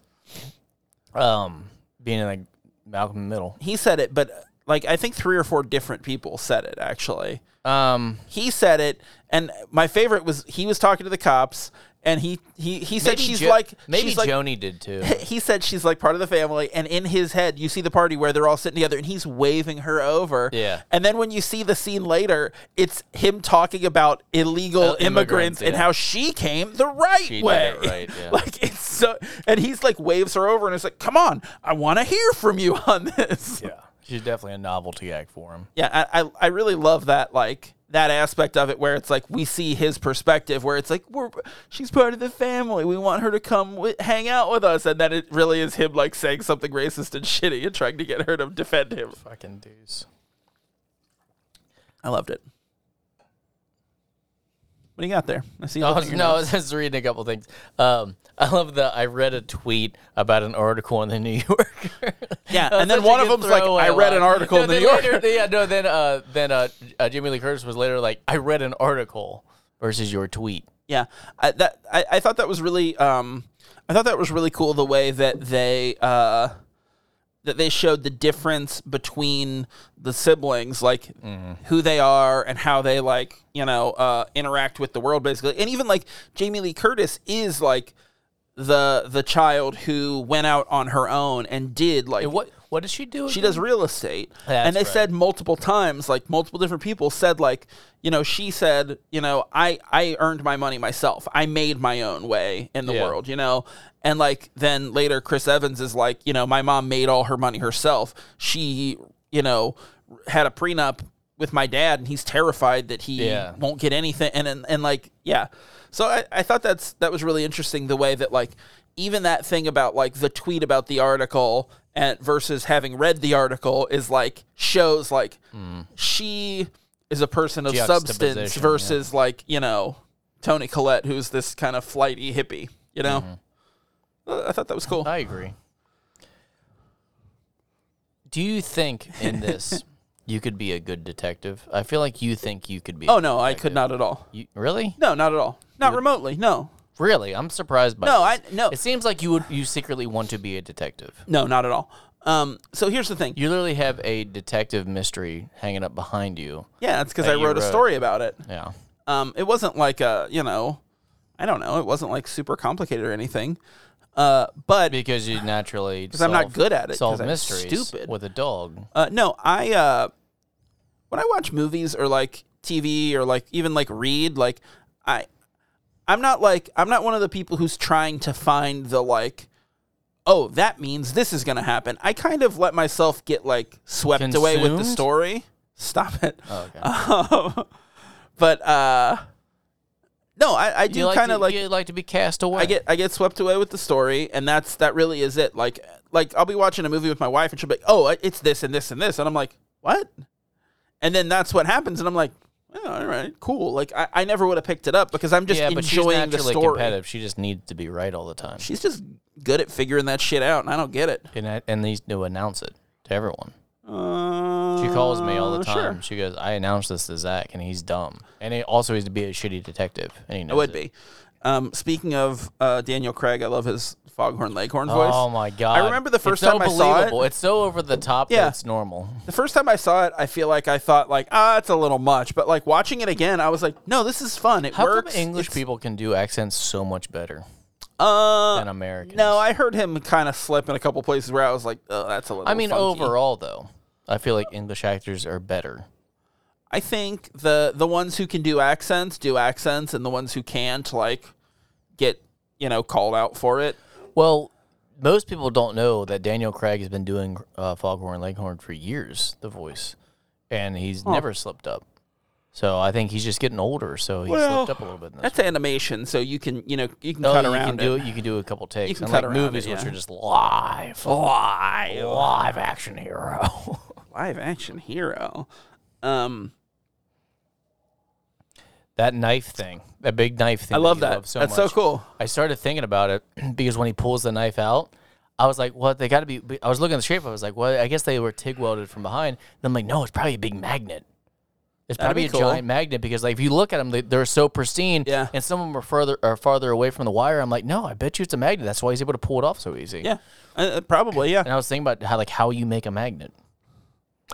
um, being in like Malcolm in the Middle.
he said it, but like I think three or four different people said it actually.
Um,
He said it, and my favorite was he was talking to the cops, and he he he said
maybe
she's
Jo-
like
maybe
she's like
Joni did too.
*laughs* he said she's like part of the family, and in his head, you see the party where they're all sitting together, and he's waving her over.
Yeah.
And then when you see the scene later, it's him talking about illegal
Uh,
immigrants,
immigrants,
and
yeah.
how she came the right
did it
way. *laughs*
right, yeah.
like it's so, and he's like waves her over, and it's like, come on, I want to hear from you on this.
yeah, she's definitely a novelty act for him.
Yeah, I, I I really love that like that aspect of it where it's like we see his perspective where it's like we're she's part of the family we want her to come wi- hang out with us and then it really is him like saying something racist and *laughs* shitty and trying to get her to defend him
Fucking deuce.
i loved it what do you got there i see
I
no,
was, Oh, no, I was just reading a couple things. Um, I love the. I read a tweet about an article in the *laughs* New Yorker.
Yeah,
*laughs* That was
and then
such a
one of
good
them's like,
throwaway
"I read an
line."
article
No,
in the
then
New
later-
Yorker.
then- yeah, no, then uh, then uh, uh, Jimmy Lee Curtis was later like, "I read an article versus your tweet."
Yeah, I, that I, I thought that was really um, I thought that was really cool the way that they uh, that they showed the difference between the siblings, like who they are and how they like you know uh, interact with the world, basically, and even like Jamie Lee Curtis is like the the child who went out on her own and did like
What what does *laughs* she do?
she does real estate.
That's
and they
right.
said multiple times, like multiple different people said, like, you know, she said, you know, I, I earned my money myself. I made my own way in the
Yeah.
world, you know? And like then later Chris Evans is like, you know, my mom made all her money herself. She, you know, had a prenup with my dad and he's terrified that he
Yeah.
won't get anything and and, and like yeah so I, I thought that's that was really interesting the way that like even that thing about like the tweet about the article and versus having read the article is like shows like she is a person of substance
Juxtaposition, Hmm. yeah.
versus like you know tony collette who's this kind of flighty hippie You know, Uh, I thought that was cool.
Mm-hmm. I agree. Do you think in this you could be a good detective? I feel like you think you could be.
Oh no, I could not at all.
You, really?
No, not at all. Not remotely. No,
Really? I'm surprised by
no, I
this.
no,
It seems like you would you secretly want to be a detective.
no, not at all. Um, so here's the thing.
You literally have a detective mystery hanging up behind you.
Yeah, that's because I
you
wrote a
wrote.
story about it.
Yeah.
Um, it wasn't like a you know, I don't know. It wasn't like super complicated or anything. Uh, but
Because you naturally because
I'm not good at it, *laughs* 'cause
Solve
I'm
mysteries
stupid.
with a dog.
Uh, no, I uh, when I watch movies or like TV or like even like read, like I, I'm not like I'm not one of the people who's trying to find the like, oh that means this is gonna happen. I kind of let myself get like swept away with the
Consumed? Oh.
story. Stop it.
Okay.
*laughs* Um, but uh, no, I, I
you
do
like
kind
to,
of like
you like to be cast away.
I get I get swept away with the story, and that's that really is it. Like like I'll be watching a movie with my wife, and she'll be like, "Oh, it's this and this and this," and I'm like, "What?" And then that's what happens, and I'm like, oh, "All right, cool." Like I, I never would have picked it up because I'm just
yeah, but she's
enjoying the
naturally
story.
competitive. She just needs to be right all the time.
She's just good at figuring that shit out, and I don't get it.
and I, and these to announce it to everyone.
Uh,
She calls me all the
sure.
time. She goes, "I announced this to Zach, and he's dumb, and he also he's to be a shitty detective." And he knows
I would
it.
be. Um, speaking of uh, Daniel Craig, I love his foghorn leghorn voice.
Oh my god!
remember the first
it's so
time I saw it.
believable. It's so over the top.
Yeah.
that it's normal.
The first time I saw it, I feel like I thought like, ah, it's a little much. But like watching it again, I was like, no, this is fun. It
How
works.
come English
It's-
people can do accents so much better
Uh,
than Americans?
no, I heard him kind of slip in a couple places where I was like, oh, that's a little.
I mean
funky.
overall though, I feel like English actors are better.
I think the the ones who can do accents do accents, and the ones who can't like get you know called out for it.
Well, most people don't know that Daniel Craig has been doing uh, Foghorn Leghorn for years, the voice, and he's never slipped up. So I think he's just getting older, so he
Well,
slipped up a little bit. In this
That's animation, so you can you know you can
Oh,
cut
you
around
can do it. You can do a couple takes.
can
Unlike
cut around
movies,
it,
which
yeah.
are
*laughs*
just live, live, live action hero. *laughs*
Live action hero. Um,
that knife thing, that big knife thing.
I love
you
that.
so
that's so
much.
cool.
I started thinking about it *clears throat* because when he pulls the knife out, I was like, "What? They got to be." be- I was looking at the shape. I was like, "Well, I guess they were TIG welded from behind." Then I'm like, "No, it's probably a big magnet." It's
That'd
probably
be
a
cool.
giant magnet because, like, if you look at them, they, they're so pristine.
Yeah.
And some of them are further are farther away from the wire. I'm like, "No, I bet you it's a magnet. That's why he's able to pull it off so easy."
Yeah, uh, probably. Yeah,
And I was thinking about how like how you make a magnet.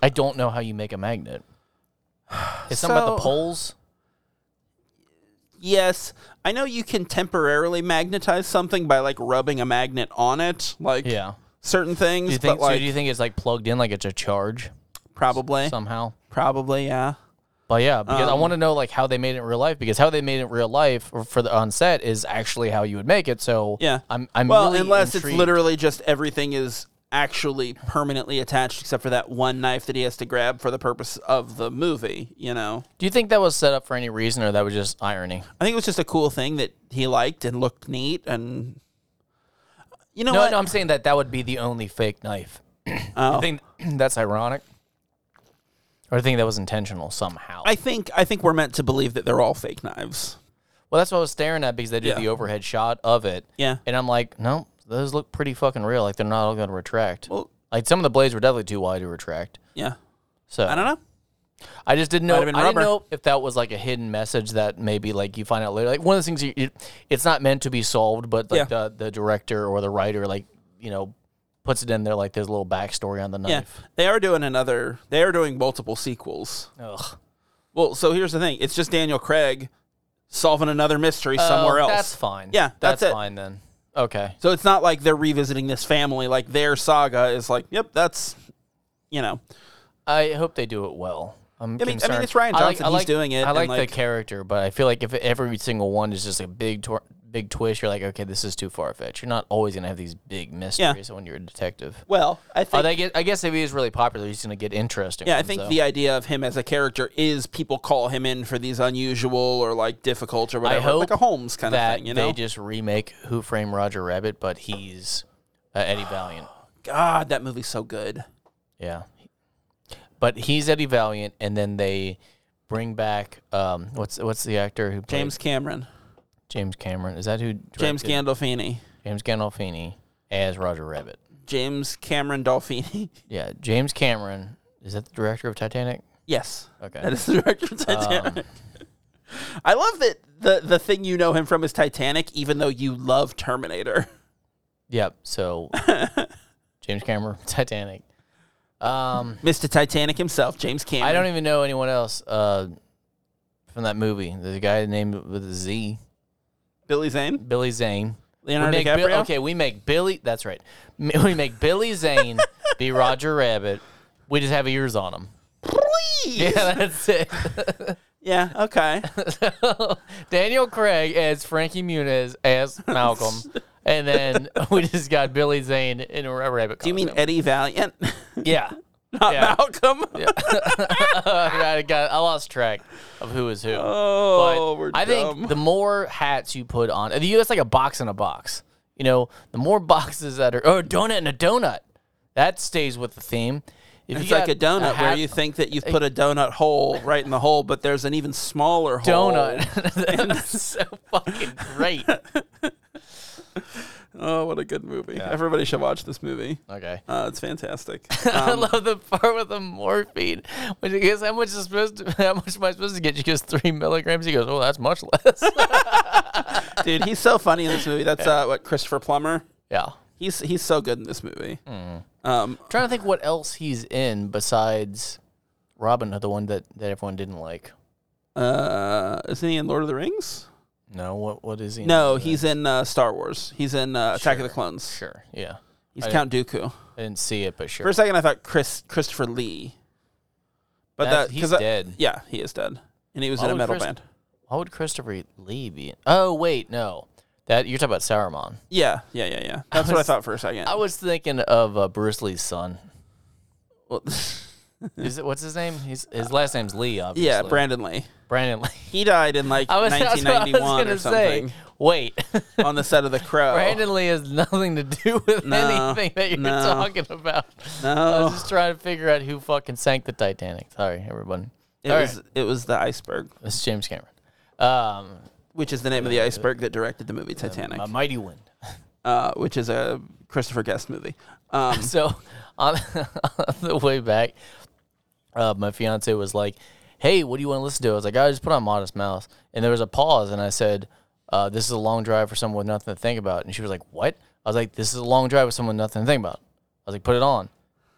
I don't know how you make a magnet. It's something about the
So- *sighs*
poles.
Yes, I know you can temporarily magnetize something by like rubbing a magnet on it, like
Yeah.
certain things.
Do you think
but, like,
so do you think it's like plugged in like it's a charge
probably,
somehow?
probably, yeah.
But yeah, because
Um,
I want to know like how they made it in real life because how they made it in real life or for the on set is actually how you would make it. So
Yeah.
I'm I'm
well,
really
unless it's
intrigued.
literally just everything is actually permanently attached, except for that one knife that he has to grab for the purpose of the movie. You know,
Do you think that was set up for any reason or that was just irony?
I think it was just a cool thing that he liked and looked neat, and you know
No,
what? Oh.
no, I'm saying that that would be the only fake knife. I think *clears throat* that's ironic. Or I think that was intentional somehow.
I think I think we're meant to believe that they're all fake knives.
Well, that's what I was staring at because they did
Yeah.
the overhead shot of it.
Yeah.
And I'm like, no, those look pretty fucking real. Like they're not all going to retract.
Well-
like some of the blades were definitely too wide to retract.
Yeah,
So
I don't know.
I just didn't know.
have been
I didn't
rubber.
know if that was like a hidden message that maybe like you find out later. Like one of the things you, it, it's not meant to be solved, but like
Yeah.
the, the director or the writer, like you know, puts it in there. Like there's a little backstory on the
Yeah,
knife.
they are doing another. They are doing multiple sequels.
Ugh.
Well, so here's the thing: it's just Daniel Craig solving another mystery somewhere
Oh,
else.
That's fine.
Yeah,
that's,
that's it.
fine then. Okay.
So it's not like they're revisiting this family. Like their saga is like, yep, that's you know,
I hope they do it well. I'm
I mean,
concerned.
it's Ryan Johnson. He's doing it,
I
and,
like,
like-
the character, but I feel like if every single one is just a big, tor- big twist, you're like, okay, this is too far fetched. You're not always gonna have these big mysteries when you're a detective.
well, I
Oh,
think.
they get, I guess if he is really popular, he's gonna get interesting.
yeah, I
ones,
think
though.
the idea of him as a character is people call him in for these unusual or like difficult or whatever,
hope
like a Holmes kind
that
of thing. You know,
they just remake Who Framed Roger Rabbit, but he's uh, Eddie Valiant.
God, that movie's so good.
Yeah. But he's Eddie Valiant, and then they bring back um, what's what's the actor who played
James Cameron.
James Cameron. Is that who? Directed?
James Gandolfini,
James Gandolfini as Roger Rabbit.
James Cameron Dolfini. *laughs*
Yeah, James Cameron. Is that the director of Titanic?
yes,
*laughs* Okay.
that is the director of Titanic. Um, I love that the the thing you know him from is Titanic, even though you love
*laughs*
Terminator.
Yep.
*laughs*
So James Cameron, Titanic. Um,
Mr. Titanic himself, James Cameron.
I don't even know anyone else uh, from that movie. There's a guy named with a Z,
Billy Zane,
Billy Zane. We
Leonardo
make Bill-
DiCaprio.
okay, we make Billy. That's right. M- *laughs* We make Billy Zane be Roger Rabbit. We just have ears on him.
please.
Yeah, *laughs* that's it.
Yeah,
*laughs*
okay.
Daniel Craig as Frankie Muniz
*laughs*
as Malcolm, and then *laughs* we just got Billy Zane in a rabbit.
Do you mean Eddie Valiant, *laughs*
yeah?
not
Yeah. *laughs*
Malcolm?
I got I lost track of who is who. But
Oh, we're
I
dumb.
think the more hats you put on, the US like a box in a box. You know, the more *laughs* boxes that are, or a donut in a donut, that stays with the theme. If
It's
you
like
got
a donut where
hat-
you think that you've put a donut hole right in the hole, but there's an even smaller hole.
donut. *laughs* That's so fucking great.
*laughs* Oh, what a good movie. Everybody should watch this movie.
Okay. *laughs*
Uh, it's fantastic.
I love the part with the morphine. When you guess how much is supposed to, *laughs* how much am I supposed to get? She goes three milligrams. He goes, oh, that's much
*laughs*
less.
Dude, he's so funny in this movie. That's uh, what Christopher Plummer.
yeah.
He's he's so good in this movie.
Mm.
Um,
trying to think what else he's in besides Robin Hood, the one that, that everyone didn't like.
uh, isn't he in Lord of the Rings?
No, what what is he? in?
No, he's in uh, Star Wars. He's in uh, Attack of the Clones.
Sure. Oh, Yeah.
He's Count Dooku.
I didn't see it, but sure.
For a second, I thought Chris Christopher Lee, but
That's-
that
he's
'cause that-
dead.
Yeah, he is dead, and he was
Why
in a
would
metal
Chris-
band.
Why would Christopher Lee be in? Oh, wait, no. That you're talking about Saruman.
Yeah, yeah, yeah, yeah. That's what I
was-
thought for a second.
I was thinking of uh, Bruce Lee's son. *laughs*
Well, *laughs*
Is it what's his name? He's, his last name's Lee, obviously.
yeah, Brandon Lee.
Brandon Lee.
He died in like
*laughs* I was, that's what I was
1991
gonna
or something
say. Oh. Wait, *laughs*
on the set of The Crow.
Brandon Lee has nothing to do *laughs* with
No,
anything that you're
no.
talking about. I
no,
was just trying to figure out who fucking sank the Titanic. Sorry, everyone.
it
All
was
right.
it was the iceberg,
It's James Cameron. Um,
which is the name of the iceberg that directed the movie Titanic,
a mighty wind.
uh, which is a Christopher Guest movie. Um,
So on, *laughs* on the way back, uh, my fiance was like, "Hey, what do you want to listen to?" I was like, "I just put on Modest Mouse." And there was a pause, and I said, uh, "This is a long drive for someone with nothing to think about." And she was like, "What?" I was like, "This is a long drive with someone with nothing to think about." I was like, "Put it on."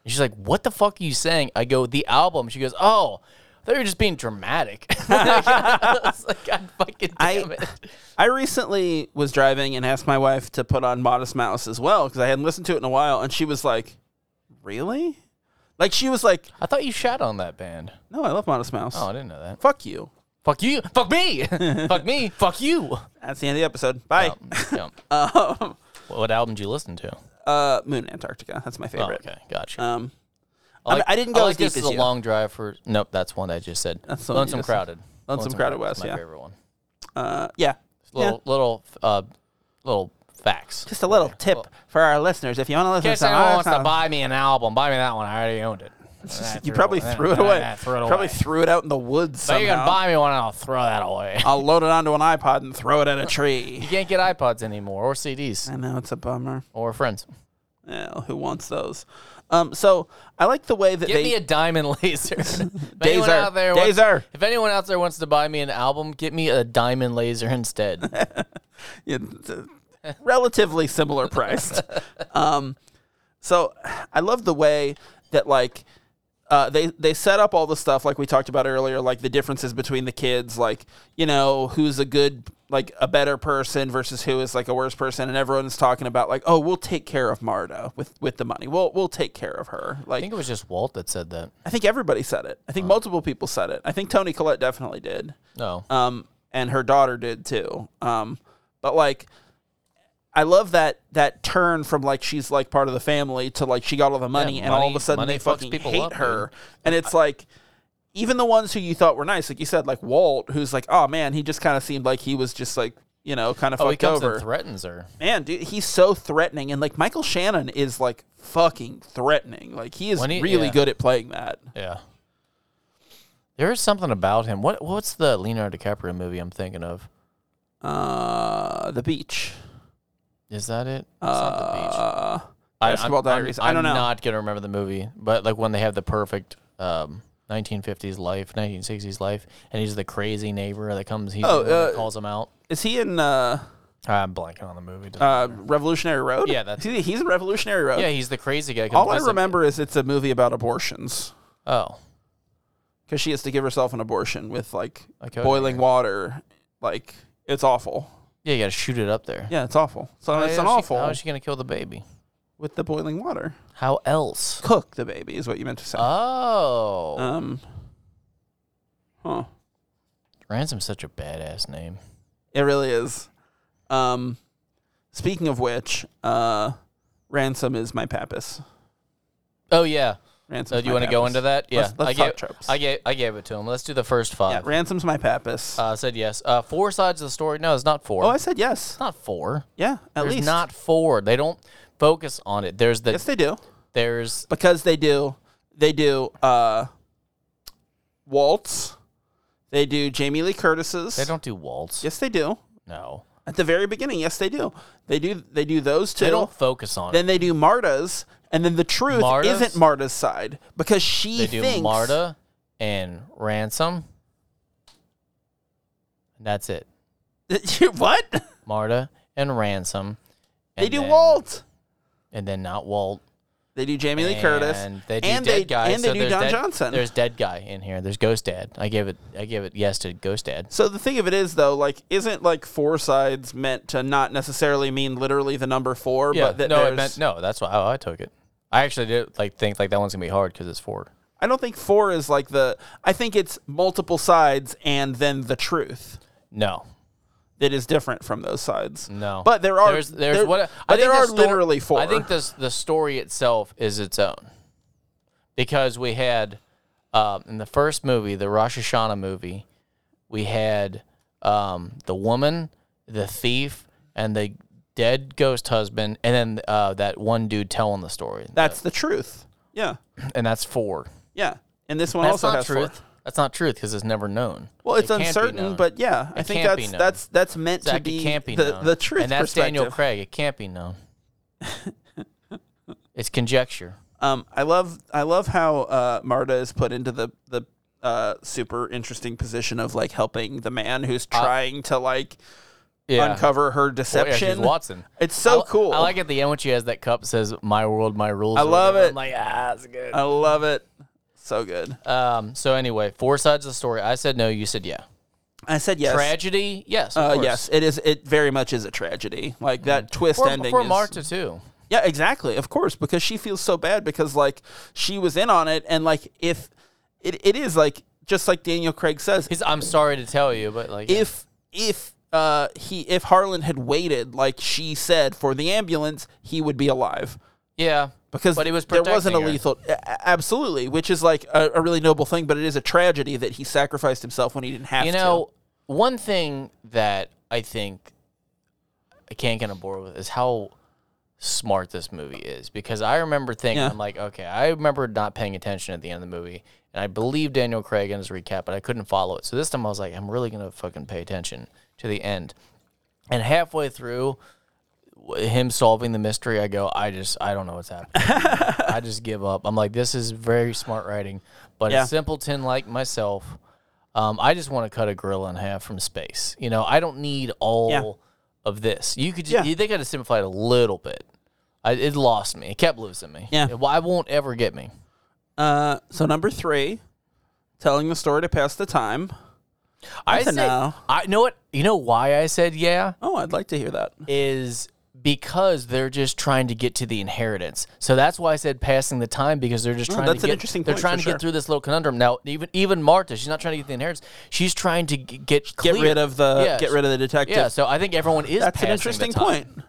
And she's like, "What the fuck are you saying?" I go, "The album." She goes, "Oh." I thought you were just being dramatic. *laughs* I was like, God fucking damn
I
it.
I recently was driving and asked my wife to put on Modest Mouse as well because I hadn't listened to it in a while, and she was like, "Really?" Like she was like,
I thought you shat on that band.
"No, I love Modest Mouse.
Oh, I didn't know that.
Fuck you."
Fuck you. Fuck me. fuck me. Fuck you.
That's the end of the episode. Bye.
Yeah.
*laughs* Um,
what album did you listen to?
uh, Moon Antarctica. That's my
Oh,
favorite.
okay, gotcha.
Um,
I,
I didn't go
like
as deep
this
as
is
you.
a long drive for. Nope, that's one I just said.
That's the one you
Lonesome
just said.
Crowded.
Lonesome Crowded
Crowded's
was,
my
yeah.
favorite one.
uh, yeah. yeah.
Little little uh, little facts.
Just a little tip for our listeners: if you want to listen
In case
to
anyone
our
wants to
song-
buy me an album, buy me that one. I already owned it. And I
*laughs* you probably
away-
threw it
and I- *laughs*
away.
and I threw it
probably
away.
threw it out in the woods.
So you
somehow.
can buy me one, and I'll throw that
*laughs*
away.
I'll load it onto an iPod and throw it at a tree.
You can't get iPods anymore, or CDs,
I know it's a bummer.
or friends.
Yeah, who wants those? Um, so I like the way that
Give
they.
me a diamond *laughs* laser.
*laughs*
If
Dazer.
anyone out there wants-
Dazer.
If anyone out there wants to buy me an album, get me a diamond laser instead.
yeah, it's a relatively similar
*laughs*
priced. um, so I love the way that like uh, they they set up all the stuff like we talked about earlier, like the differences between the kids, like you know who's a good like a better person versus who is like a worse person, and everyone's talking about like oh we'll take care of Marta with with the money, we'll we'll take care of her.
I
Like
think it was just Walt that said that.
I think everybody said it. I think multiple people said it. I think Tony Collette definitely did
No. Uh,
um, and her daughter did too. Um, but like, I love that that turn from like she's like part of the family to like she got all the money, and all of
money-
a sudden
money
they
fucks
fucking
people
hate
up,
her, and it's like. Even the ones who you thought were nice, like you said, like Walt, who's like, oh man, he just kind of seemed like he was just like, you know, kind of
Oh, he
fucked
comes
over.
and threatens her.
man, dude, he's so threatening, and like Michael Shannon is like fucking threatening. Like he is
When he-
really
yeah.
good at playing that.
Yeah. There is something about him. What What's the Leonardo DiCaprio movie I'm thinking of?
uh, the beach.
Is that it? It's
Uh,
I- I'm-
Basketball
I'm-
Diaries. I don't know.
I'm not gonna remember the movie, but like when they have the perfect um, 1950s life, 1960s life, and he's the crazy neighbor that comes. He's
Oh,
the one that
uh,
calls him out.
Is he in uh,
I'm blanking on the movie. doesn't
uh,
matter.
Revolutionary Road?
Yeah, that's-
He- he's in Revolutionary Road.
yeah, he's the crazy guy. 'cause
All I
Lisa-
remember is it's a movie about abortions
Oh,
because she has to give herself an abortion with like
okay.
boiling water. Like it's awful.
Yeah, you gotta shoot it up there.
Yeah, it's awful. So
How
it's
is
an
she-
awful
How is she gonna kill the baby?
with the boiling water.
How else?
Cook the baby is what you meant to say.
Oh,
um. Huh.
Ransom's such a badass name.
It really is. Um, speaking of which, uh, ransom is my pappus.
Oh yeah.
Ransom.
So do you want to go into that? Yeah,
Let's- let's
I
talk
gave
tropes.
I gave I gave it to him. Let's do the first
Yeah,
five.
ransom's my pappus.
uh, said yes. Uh, four sides of the story. No, it's not four.
oh, I said yes.
It's not four.
Yeah, at
There's
least
not four. They don't focus on it. There's the
Yes, they do
there's
because they do. They do. Uh, Waltz. They do Jamie Lee Curtis's.
they don't do waltz.
Yes, they do.
No,
At the very beginning, yes, they do. They do. They do those two.
they don't focus on
Then they do Marta's, and then the truth
Marta's?
isn't Marta's side because she
it. They do
thinks
Marta and ransom. And that's it.
*laughs* what?
Marta and ransom.
They
and
do
then-
Walt.
and then not Walt.
They do Jamie Lee
and
Curtis.
They do
and
dead
they,
guy.
And they
so
do
there's
Don
dead-
Johnson.
There's dead guy in here. There's ghost dad. I gave it. I gave it yes to ghost dad.
so the thing of it is, though, like, isn't like four sides meant to not necessarily mean literally the number four, but that
no,
there's,
it meant no. That's why how I took it. I actually did like think like that one's gonna be hard because it's four.
I don't think four is like the. I think it's multiple sides and then the truth
No,
that is different from those sides.
no.
but there are
there's there's
there-
what I
but
think
there
the
are
sto-
literally four.
I think this the story itself is its own because we had um, in the first movie, the Rosh Hashanah movie, we had um, the woman, the thief, and the dead ghost husband, and then uh, that one dude telling the story.
that's the truth. Yeah,
and that's four.
yeah. And this one
That's
also
not
has
truth.
four.
That's not truth because it's never known.
Well, it's
It can't be
uncertain,
known.
but yeah, I
It
think
can't
that's
be known.
that's that's meant to
Zach,
be,
it can't be
the,
known.
the truth
And that's Daniel
perspective.
Craig. It can't
*laughs*
be known. it's conjecture.
Um, I love I love how uh, Marta is put into the the uh, super interesting position of like helping the man who's trying to like
Uh, Yeah.
uncover her
Well, yeah, she's
deception.
Watson.
it's so
I-
cool.
I like at the end when she has that cup that says "My world, my rules." I
love it.
I'm like, ah, that's good.
I love it. So good.
Um. So anyway, four sides of the story. I said no. You said yeah.
I said yes.
Tragedy. Yes. Of
uh,
course. Mm.
yes, it is. It very much is a tragedy. Like that twist
For,
ending.
for
is-
Marta too.
Yeah, exactly. Of course, because she feels so bad because like she was in on it, and like if it, it is like just like Daniel Craig says,
He's. I'm sorry to tell you, but like,
if if uh he if Harlan had waited like she said for the ambulance, he would be alive
yeah,
because
but he was
there wasn't a
protecting her.
lethal a- a- absolutely, which is like a, a really noble thing, but it is a tragedy that he sacrificed himself when he didn't have
You
to.
know, one thing that I think I can't get on board with is how smart this movie is. Because I remember thinking,
Yeah.
I'm like, okay, I remember not paying attention at the end of the movie, and I believe Daniel Craig in his recap, but I couldn't follow it. So this time I was like, I'm really gonna fucking pay attention to the end. And halfway through w- him solving the mystery, I go, I just, I don't know
*laughs*
what's happening. I just give up. I'm like, this is very smart writing, but
Yeah.
a simpleton like myself, um, I just want to cut a grill in half from space. You know, I don't need all
Yeah.
of this. You could,
Yeah.
just, they got to simplify it a little bit. I, it lost me. It kept losing me.
Yeah.
It, why won't ever get me?
Uh, so number three, telling the story to pass the time.
I
That's a
said,
no.
I know what you know why I said yeah
Oh, I'd like to hear that.
is because they're just trying to get to the inheritance. So that's why I said passing the time because they're just trying
Oh, that's
to
an
get
interesting
they're
point
trying
for
to
sure.
get through this little conundrum. Now even even Martha, she's not trying to get the inheritance. She's trying to g- get
Get
clear.
rid of the
Yes.
get rid of the detective.
Yeah, so I think everyone is
That's an
passing the
interesting
time
point.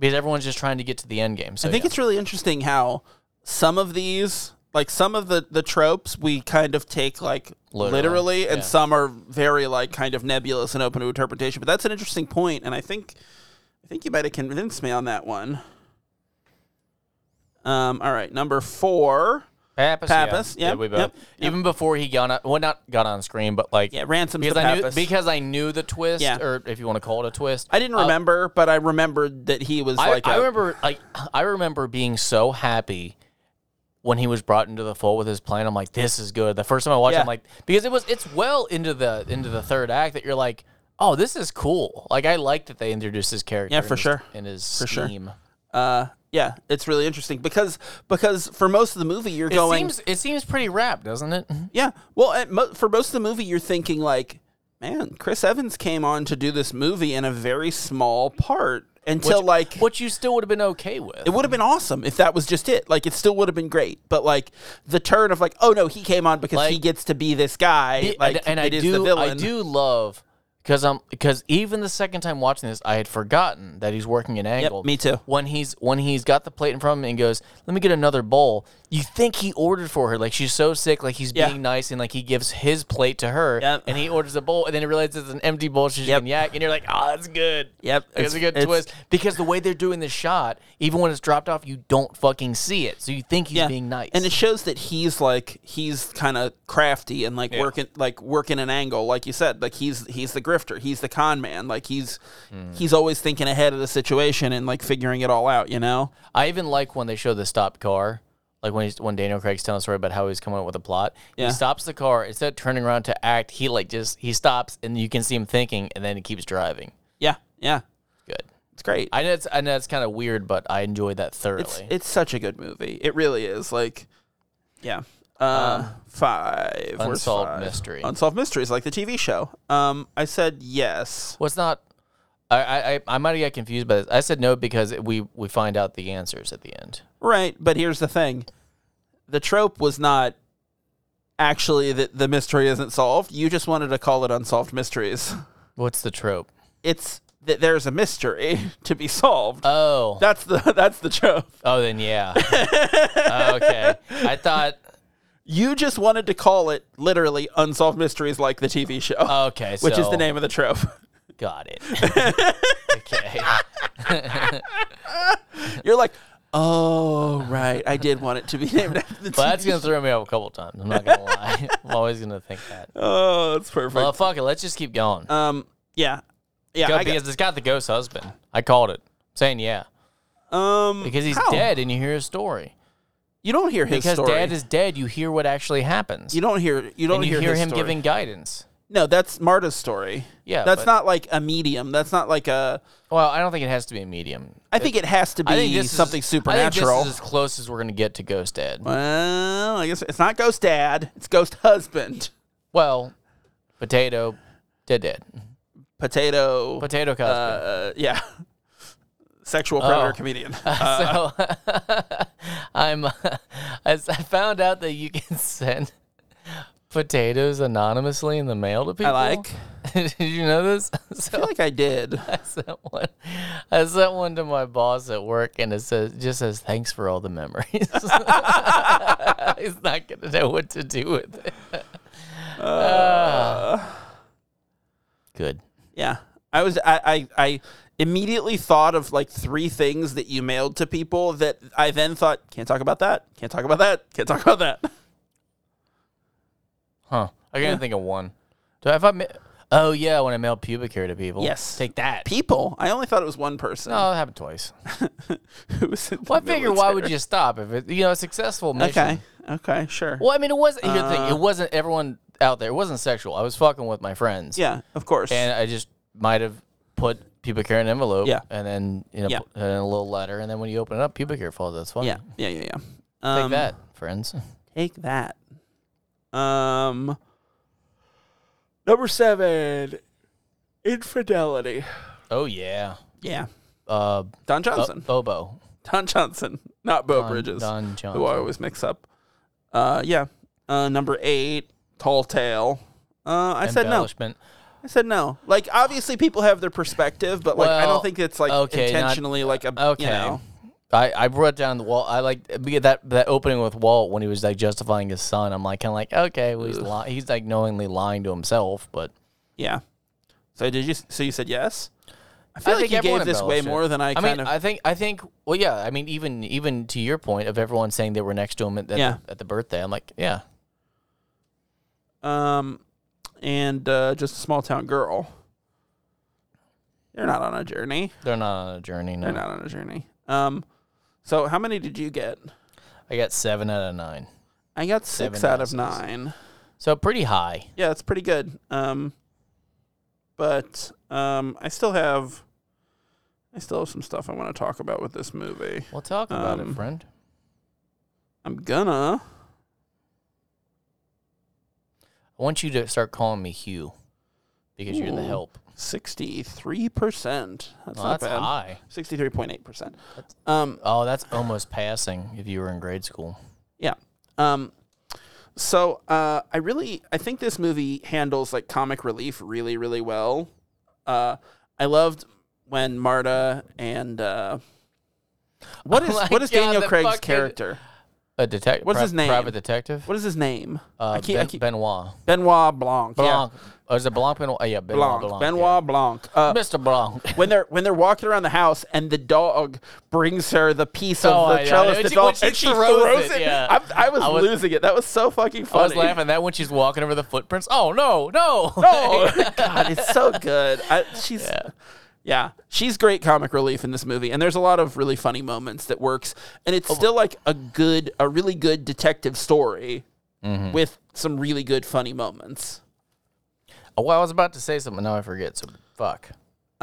because everyone's just trying to get to the end game. So
I think it's really interesting how some of these, like some of the the tropes, we kind of take like literally,
Literally,
and
yeah.
some are very like kind of nebulous and open to interpretation. But that's an interesting point, and I think I think you might have convinced me on that one. Um, all right, number four,
Pappas.
Pappas,
Yeah,
yep,
we both.
yep,
Even before he got on, well, not got on screen, but like
Yeah, Ransom's
because
the
I knew
Pappas.
because I knew the twist,
Yeah.
or if you want to call it a twist.
I didn't remember, but I remembered that he was
Oh. I,
like.
I
a-
remember like I remember being so happy when he was brought into the fold with his plan. I'm like, this is good. The first time I watched, it,
Yeah.
I'm like, because it was it's well into the into the third act that you're like, oh, this is cool. Like I like that they introduced his character.
Yeah,
and
for
his-
sure.
And his
sure.
scheme.
Uh, yeah, it's really interesting because because for most of the movie you're
It
going.
seems it seems pretty wrapped, doesn't it?
Yeah. Well, at mo- for most of the movie, you're thinking like, man, Chris Evans came on to do this movie in a very small part until like
Which you still would have been okay with.
it would have been awesome if that was just it. Like it still would have been great, but like the turn of like, oh no, he came on because he
Like-
gets to be this guy.
Yeah,
like
and, and I
it is
do,
the villain.
I do love because I'm because even the second time watching this, I had forgotten that he's working an angle.
me too.
When he's when he's got the plate in front of him and goes, "Let me get another bowl." You think he ordered for her? Like she's so sick. Like he's
Yeah.
being nice and like he gives his plate to her,
Yep.
and he orders a bowl, and then he realizes it's an empty bowl. She's
Yep.
yep. yak, and you're like, "Oh, that's good."
Yep,
Like,
it's-
it's, a good
it's-
twist because the way they're doing the shot, even when it's dropped off, you don't fucking see it, so you think he's
Yeah.
being nice.
And it shows that he's like he's kind of crafty and like working like working an angle, like you said. Like he's he's the grifter, he's the con man. Like he's
Hmm.
he's always thinking ahead of the situation and like figuring it all out. You know?
I even like when they show the stopped car. Like when he's, when Daniel Craig's telling a story about how he's coming up with a plot,
Yeah.
he stops the car instead of turning around to act. He like just he stops and you can see him thinking, and then he keeps driving.
Yeah, yeah,
Good.
it's great.
I know it's I know it's kind of weird, but I enjoyed that thoroughly.
it's it's such a good movie. It really is. Like, yeah. Uh, five. Where's
Um, Unsolved
five?
Mystery.
Unsolved mysteries, like the TV show. Um, I said yes.
well, it's not. I I I- I might have got confused by this. I said no because we we find out the answers at the end.
Right, but here's the thing: the trope was not actually that the mystery isn't solved. You just wanted to call it unsolved mysteries.
What's the trope?
It's that there's a mystery *laughs* to be solved.
Oh,
that's the *laughs* that's the trope.
oh, then
*laughs*
yeah. okay, I thought.
You just wanted to call it literally unsolved mysteries, like the TV show,
Okay, Uh,
*laughs*
so,
which is the name of the trope. *laughs*
Got it. okay.
You're like, oh right, I did want it to be *laughs* named after the
Well,
TV.
that's gonna throw me off a couple times. I'm not gonna lie. *laughs* I'm always gonna think that.
Oh, that's perfect.
Well, fuck it. Let's just keep going.
um, yeah, yeah.
Go-
I
because
got,
it's got the ghost husband. I called it, saying yeah,
um,
because he's
how?
dead, and you hear his story.
You don't hear his
Because
story.
dad is dead, you hear what actually happens.
you don't hear. You don't
and you hear,
his
him
story.
giving guidance.
No, that's Marta's story.
Yeah,
that's
but-
not like a medium. That's not like a.
Well, I don't think it has to be a medium.
I think it has to be
I think this
something
is,
supernatural.
I think this is as close as we're gonna get to ghost dad.
well, I guess it's not ghost dad. It's ghost husband.
Well, potato, dead, dead.
Potato.
Potato husband.
uh, yeah. Sexual predator
Oh. *laughs*
comedian. Uh,
so *laughs* I'm uh, as I found out that you can *laughs* send potatoes anonymously in the mail to people.
like.
*laughs* Did you know this? *laughs*
I
So
feel like I did.
I sent one. I sent one to my boss at work, and it says just says thanks for all the memories. *laughs* He's not gonna know what to do with it.
Uh,
Ah. Good.
Yeah. I was I, I I immediately thought of like three things that you mailed to people that I then thought, can't talk about that, can't talk about that, can't talk about that.
Huh. I can't think of one. Do I have I? Ma- oh yeah, when I mail pubic hair to people.
Yes.
Take that.
People. I only thought it was one person
Oh, it
*laughs*
happened twice.
who was in the
Well, I figure why would
military.
you stop if it, you know, a
*laughs*
successful mission?
Okay. Uh. Okay, sure.
Well, I mean, it wasn't. Here's the thing: it wasn't everyone out there. It wasn't sexual. I was fucking with my friends.
Yeah, of course.
And I just might have put pubic hair in an envelope.
Yeah.
And then you know,
Yeah.
put- and a little letter, and then when you open it up, pubic hair falls. That's fine.
yeah, yeah, yeah, yeah.
um, Take
Um,
that, friends. *laughs*
Take that. Um, number seven, infidelity.
Oh yeah.
Yeah,
Uh,
Don
Bo-
Johnson.
Bobo.
Don Johnson, not Bo
Don-
Bridges,
Don
who I
Johnson.
always mix up. Uh, yeah. Uh, number eight, Tall Tale. Uh, I said no.
Embellishment.
I said no. Like obviously people have their perspective, but like I
Well,
don't think it's like
okay, not-
intentionally like a
Okay.
you know.
I, I brought down the wall. I like because that that opening with Walt when he was like justifying his son. I'm like kind of like okay, well, he's li- he's like knowingly lying to himself, but
Yeah. So did you? So you said yes. I feel
I
like
think
you
everyone
gave this way
embellished it.
more than I,
I
kind
mean,
of.
I think, I think, well, yeah. I mean, even, even to your point of everyone saying they were next to him at, at,
Yeah.
the, at the birthday, I'm like, yeah,
Um, and uh, just a small town girl. They're not on a journey.
they're not on a journey. No,
They're not on a journey. Um, so how many did you get?
I got seven out of nine,
I got six
Seven
out of
guesses.
nine.
so pretty high.
Yeah, that's pretty good. Um, but um, I still have, I still have some stuff I want to talk about with this movie.
Well, talk about
Um,
it, friend.
I'm gonna.
I want you to start calling me Hugh because you're the
Ooh.
help.
63%. That's
Well,
not
that's
bad.
high.
63.8%. Um,
Oh, that's almost passing if you were in grade school.
yeah. Um, so uh, I really, I think this movie handles like comic relief really, really well. Uh, I loved when Marta and uh, what
Oh
is
my
what is
God,
Daniel
the
Craig's
fucking-
character?
A detective.
What's his name?
Private detective.
What is his name?
Uh,
I keep,
ben-
I keep,
Benoit.
Benoit Blanc.
Blanc. Oh, is it Blanc? Benoit? Oh, yeah,
Yeah,
Benoit.
Blanc.
Blanc.
Benoit Blanc.
*laughs*
Uh,
yeah. Mr. Blanc.
when they're when they're walking around the house and the dog brings her the piece of
Oh,
the
I know.
trellis
When
the
she-
dog,
when she
and she
throws
throws, it.
it, yeah.
I, I was
I was-
losing it. That was so fucking
I
funny.
was laughing that when she's walking over the footprints. Oh no, no,
Oh *laughs* God, it's so good. I, she's yeah. she's great comic relief in this movie, and there's a lot of really funny moments that works, and it's still like a good, a really good detective story with some really good funny moments.
oh, *laughs* well, I was about to say something. Now I forget. So fuck.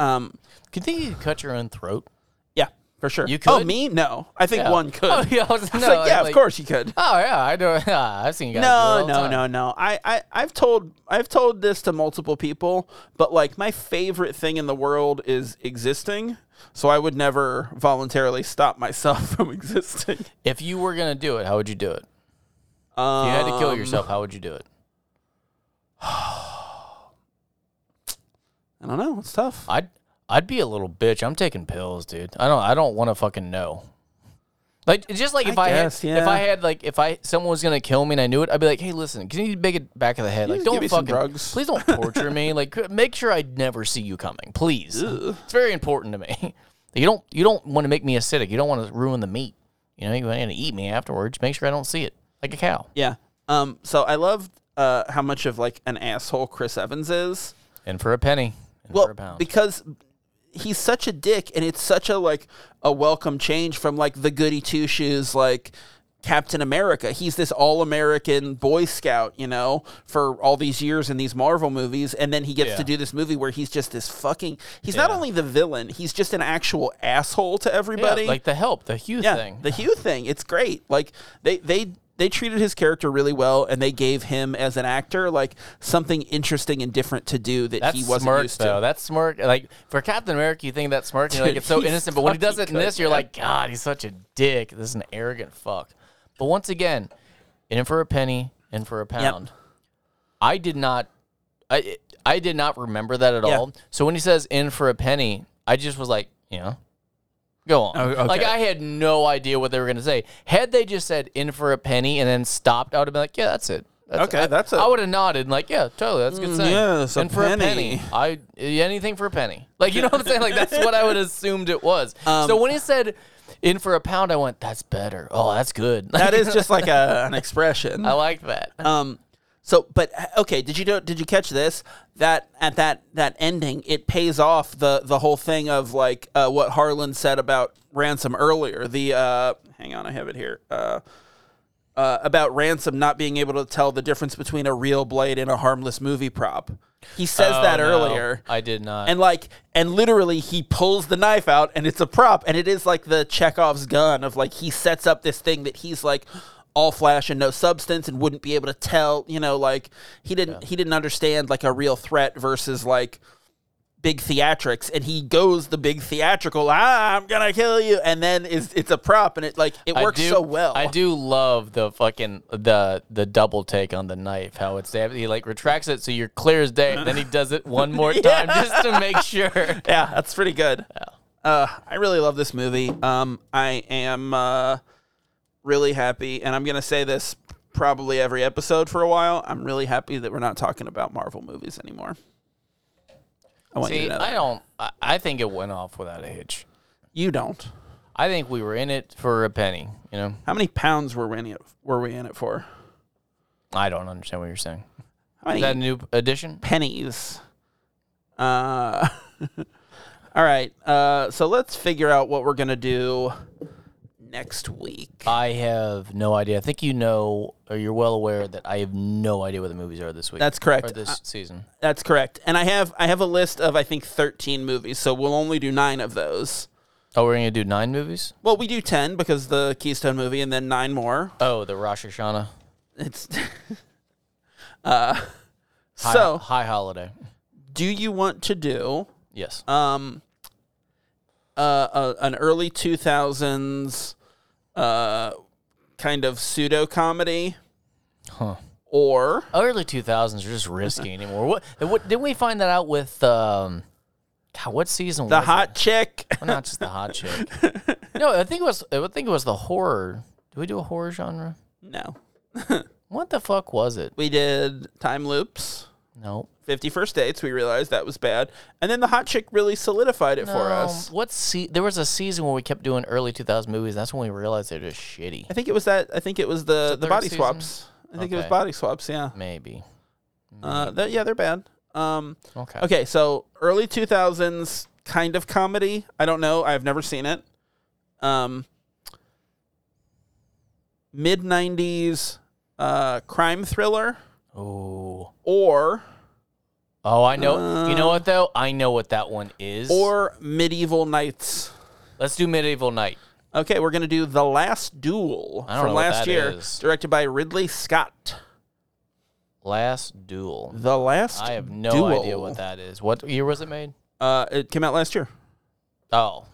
Um,
Do you think you could cut your own throat?
yeah, for sure.
You
Oh,
could?
me? No, I think
Yeah.
one could.
*laughs* Oh yeah, I was,
*laughs* I was
no,
like, yeah,
like-
of course you could.
Oh yeah, I *laughs* do. I've seen guys. do it all
No,
the
no,
time.
no, no. I, I, I've told I've told this to multiple people, but like my favorite thing in the world is existing. So I would never voluntarily stop myself *laughs* from existing.
If you were gonna do it, how would you do it? If
Um,
you had to kill yourself, how would you do it?
I don't know. It's tough.
I'd I'd be a little bitch. I'm taking pills, dude. I don't I don't want to fucking know. Like just like if I,
guess,
had if
yeah.
I had like if I someone was gonna kill me and I knew it, I'd be like, hey, listen, can you make it back of the head? Like
just
don't
give me some
fucking
drugs?"
please don't torture me. Like *laughs* make sure I never see you coming, please. It's very important to me. *laughs* You don't you don't want to make me acidic. You don't want to ruin the meat. You know you want to eat me afterwards. Make sure I don't see it like a cow.
Yeah. Um. So I loved uh how much of like an asshole Chris Evans is.
And for a penny, and for a
Well,
pound.
because he's such a dick, and it's such a like a welcome change from like the goody two shoes, like Captain America. He's this all American Boy Scout, you know, for all these years in these Marvel movies, and then he gets
Yeah.
to do this movie where he's just this fucking. He's not only the villain; he's just an actual asshole to
yeah,
everybody.
like the help, the hue
Yeah,
thing.
the Hugh thing. It's great. Like they they they treated his character really well, and they gave him as an actor like something interesting and different to do that
That's
he wasn't
smirk,
used to.
though. That smirk, like for Captain America, you think that smirk, and you're like
Dude,
it's
*laughs*
so
he's
innocent, but when he does it
fucking
in this,
good,
you're
man.
like, God, he's such a dick. This is an arrogant fuck. But once again, in for a penny, in for a pound. I did not, I I did not remember that at
Yeah.
all. So when he says in for a penny, I just was like, you know, go on.
Oh, okay.
Like I had no idea what they were gonna say. Had they just said in for a penny and then stopped, I would have been like, yeah, that's it. That's
Okay,
I-
that's Mm, it.
I would have nodded and like, yeah, totally, that's a good saying.
yes, a
and for a penny,
penny.
I anything for a penny. Like you know what I'm saying? Like that's what I
*laughs*
would assumed it was.
Um,
so when he said in for a pound, I went, that's better. Oh, that's good.
that is just like a, an expression.
*laughs* I like that.
Um, so, but uh, okay, did you do, did you catch this? That at that that ending, it pays off the the whole thing of like uh, what Harlan said about ransom earlier. The uh, hang on, I have it here. Uh, uh, about ransom not being able to tell the difference between a real blade and a harmless movie prop. He says
Oh,
that
no,
earlier.
I did not.
and like and literally he pulls the knife out and it's a prop and it is like the chekhov's gun of like he sets up this thing that he's like all flash and no substance and wouldn't be able to tell you know like he didn't he didn't understand like a real threat versus like big theatrics and he goes the big theatrical ah, i'm gonna kill you and then is it's a prop and it like it
I
works
do-
so well
I do love the fucking the the double take on the knife. How it's he like retracts it so you're clear as day. then he does it one
*laughs*
more time just to make sure.
yeah that's pretty good uh, i really love this movie um, i am uh, really happy and i'm going to say this probably every episode for a while i'm really happy that we're not talking about marvel movies anymore I want you to
See,
know.
I
that.
don't. I, I think it went off without a hitch.
You don't.
I think we were in it for a penny. You know,
How many pounds were we in it? Were we in it for?
I don't understand what you're saying.
How many
Is that a new addition?
pennies? Uh, *laughs* all right. Uh, so let's figure out what we're gonna do next week.
I have no idea. I think you know, or you're well aware that I have no idea what the movies are this week.
That's
or
correct.
this season.
That's correct. And I have I have a list of I think 13 movies, so we'll only do 9 of those.
Oh, we're gonna do nine movies.
Well, we do 10 because the Keystone movie and then 9 more.
Oh, the Rosh Hashanah.
It's *laughs* uh
High,
so,
high holiday.
do you want to do
Yes.
um uh, uh an early 2000s uh kind of pseudo comedy
Huh.
or
Early two thousands are just *laughs* risky anymore. What, what didn't we find that out with? Um, God, what season?
the
was it?
hot chick? *laughs*
Well, not just the hot *laughs* chick. no, I think it was. I think it was the horror. Did we do a horror genre?
no.
What the fuck was it?
We did time loops.
No.
51st dates we realized that was bad and then the hot chick really solidified it for us
Um, what se- there was a season where we kept doing early 2000 movies. That's when we realized they're just shitty.
i think it was that i think it was the the
third
body
season?
swaps i think it was
Okay.
body swaps yeah
Maybe.
uh that, yeah they're bad um
Okay.
okay so early 2000s kind of comedy i don't know i've never seen it um mid 90s uh crime thriller
Oh.
or
Oh, I know. you know what though? I know what that one is.
Uh. or medieval knights
let's do Medieval Night.
Okay, we're gonna do the Last Duel
I don't
from
know what
last
that
year,
is.
directed by Ridley Scott.
Last Duel.
The Last.
I have no
Duel.
idea what that is. What year was it made?
Uh, it came out last year.
Oh,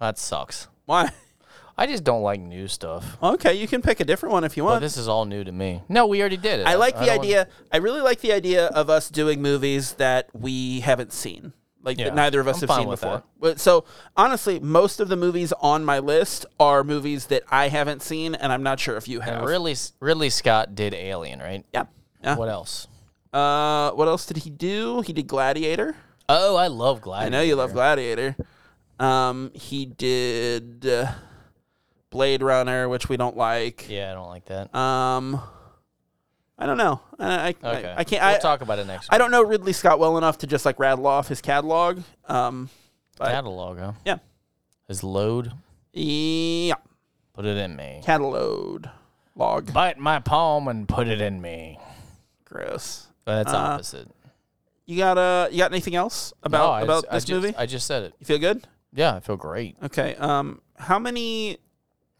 that sucks.
Why? *laughs*
I just don't like new stuff.
Okay, you can pick a different one if you
Well,
want.
this is all new to me. No, we already did it.
I like the
don't wanna-
idea. I really like the idea of us doing movies that we haven't seen, like
Yeah,
that neither of us
I'm
have
fine
seen
with
before.
that.
But so honestly, most of the movies on my list are movies that I haven't seen, and I'm not sure if you have.
Ridley Ridley Scott did Alien, right?
Yeah. Yeah.
What else?
Uh, what else did he do? He did Gladiator.
Oh, I love Gladiator.
I know you love Gladiator. Um, he did uh, Blade Runner, which we don't like.
Yeah, I don't like that.
Um, I don't know. I I,
Okay.
I, I can't.
We'll
I,
talk about it next.
I don't know Ridley Scott well enough to just like rattle off his catalog. Um,
week. catalog. Huh?
yeah,
Is load.
yeah,
Put it in me.
catalog, log,
Bite my palm and put it in me.
gross.
That's opposite.
You got uh, you got anything else
No,
Uh, about
I
about
just- I
this
just-
movie?
I just said it.
you feel good?
Yeah, I feel great.
Okay. Um, how many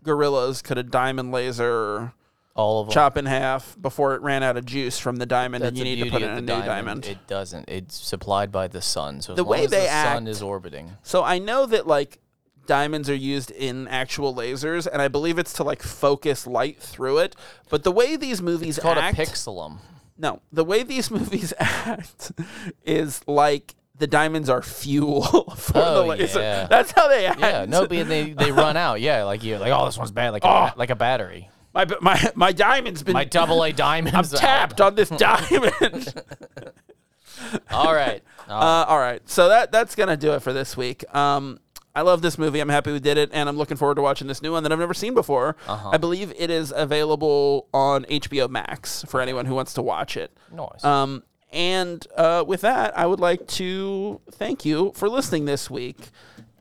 gorillas could a diamond laser?
All of them.
chop in half before it ran out of juice from the diamond,
That's
and you
the
need to
beauty
put in
of
a new
the
diamond.
It doesn't. It's supplied by the sun. So as
The
long
way
as
they
the sun
act-
is orbiting.
so I know that like diamonds are used in actual lasers, and I believe it's to like focus light through it. But the way these movies
It's called
act, *laughs*
a pixelum.
no, the way these *laughs* movies act is like the diamonds are fuel *laughs* for the
Oh,
laser.
yeah.
That's how they act.
Yeah, no, but they they run out. Yeah, like you, like oh, this
*laughs*
one's bad, like a, ba- like a battery.
my my my diamond's been
My double A diamonds out.
tapped on
*laughs*
this diamond. *laughs*
All right. Oh,
Uh, all right, so that that's gonna do it for this week. Um, I love this movie. I'm happy we did it, and I'm looking forward to watching this new one that I've never seen before. I believe it is available on HBO Max for anyone who wants to watch it.
nice.
Um, and uh, with that, I would like to thank you for listening this week,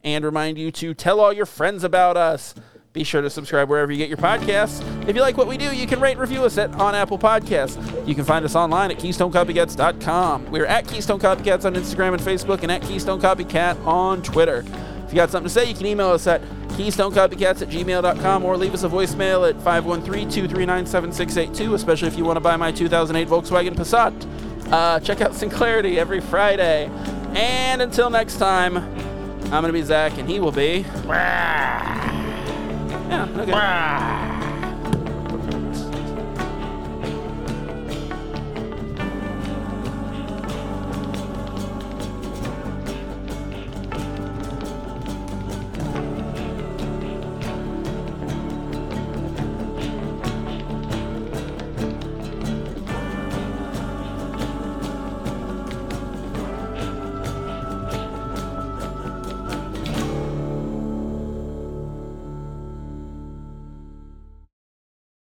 and remind you to tell all your friends about us. Be sure to subscribe wherever you get your podcasts. If you like what we do, you can rate and review us at on Apple Podcasts. You can find us online at KeystoneCopycats.com. We're at Keystone Copycats on Instagram and Facebook, and at Keystone Copycat on Twitter. If you got something to say, you can email us at keystonecopycats at gmail.com or leave us a voicemail at 513 239 7682, especially if you want to buy my 2008 Volkswagen Passat. Uh, check out Sinclarity every Friday. And until next time, I'm going to be Zach, and he will be. Yeah, okay.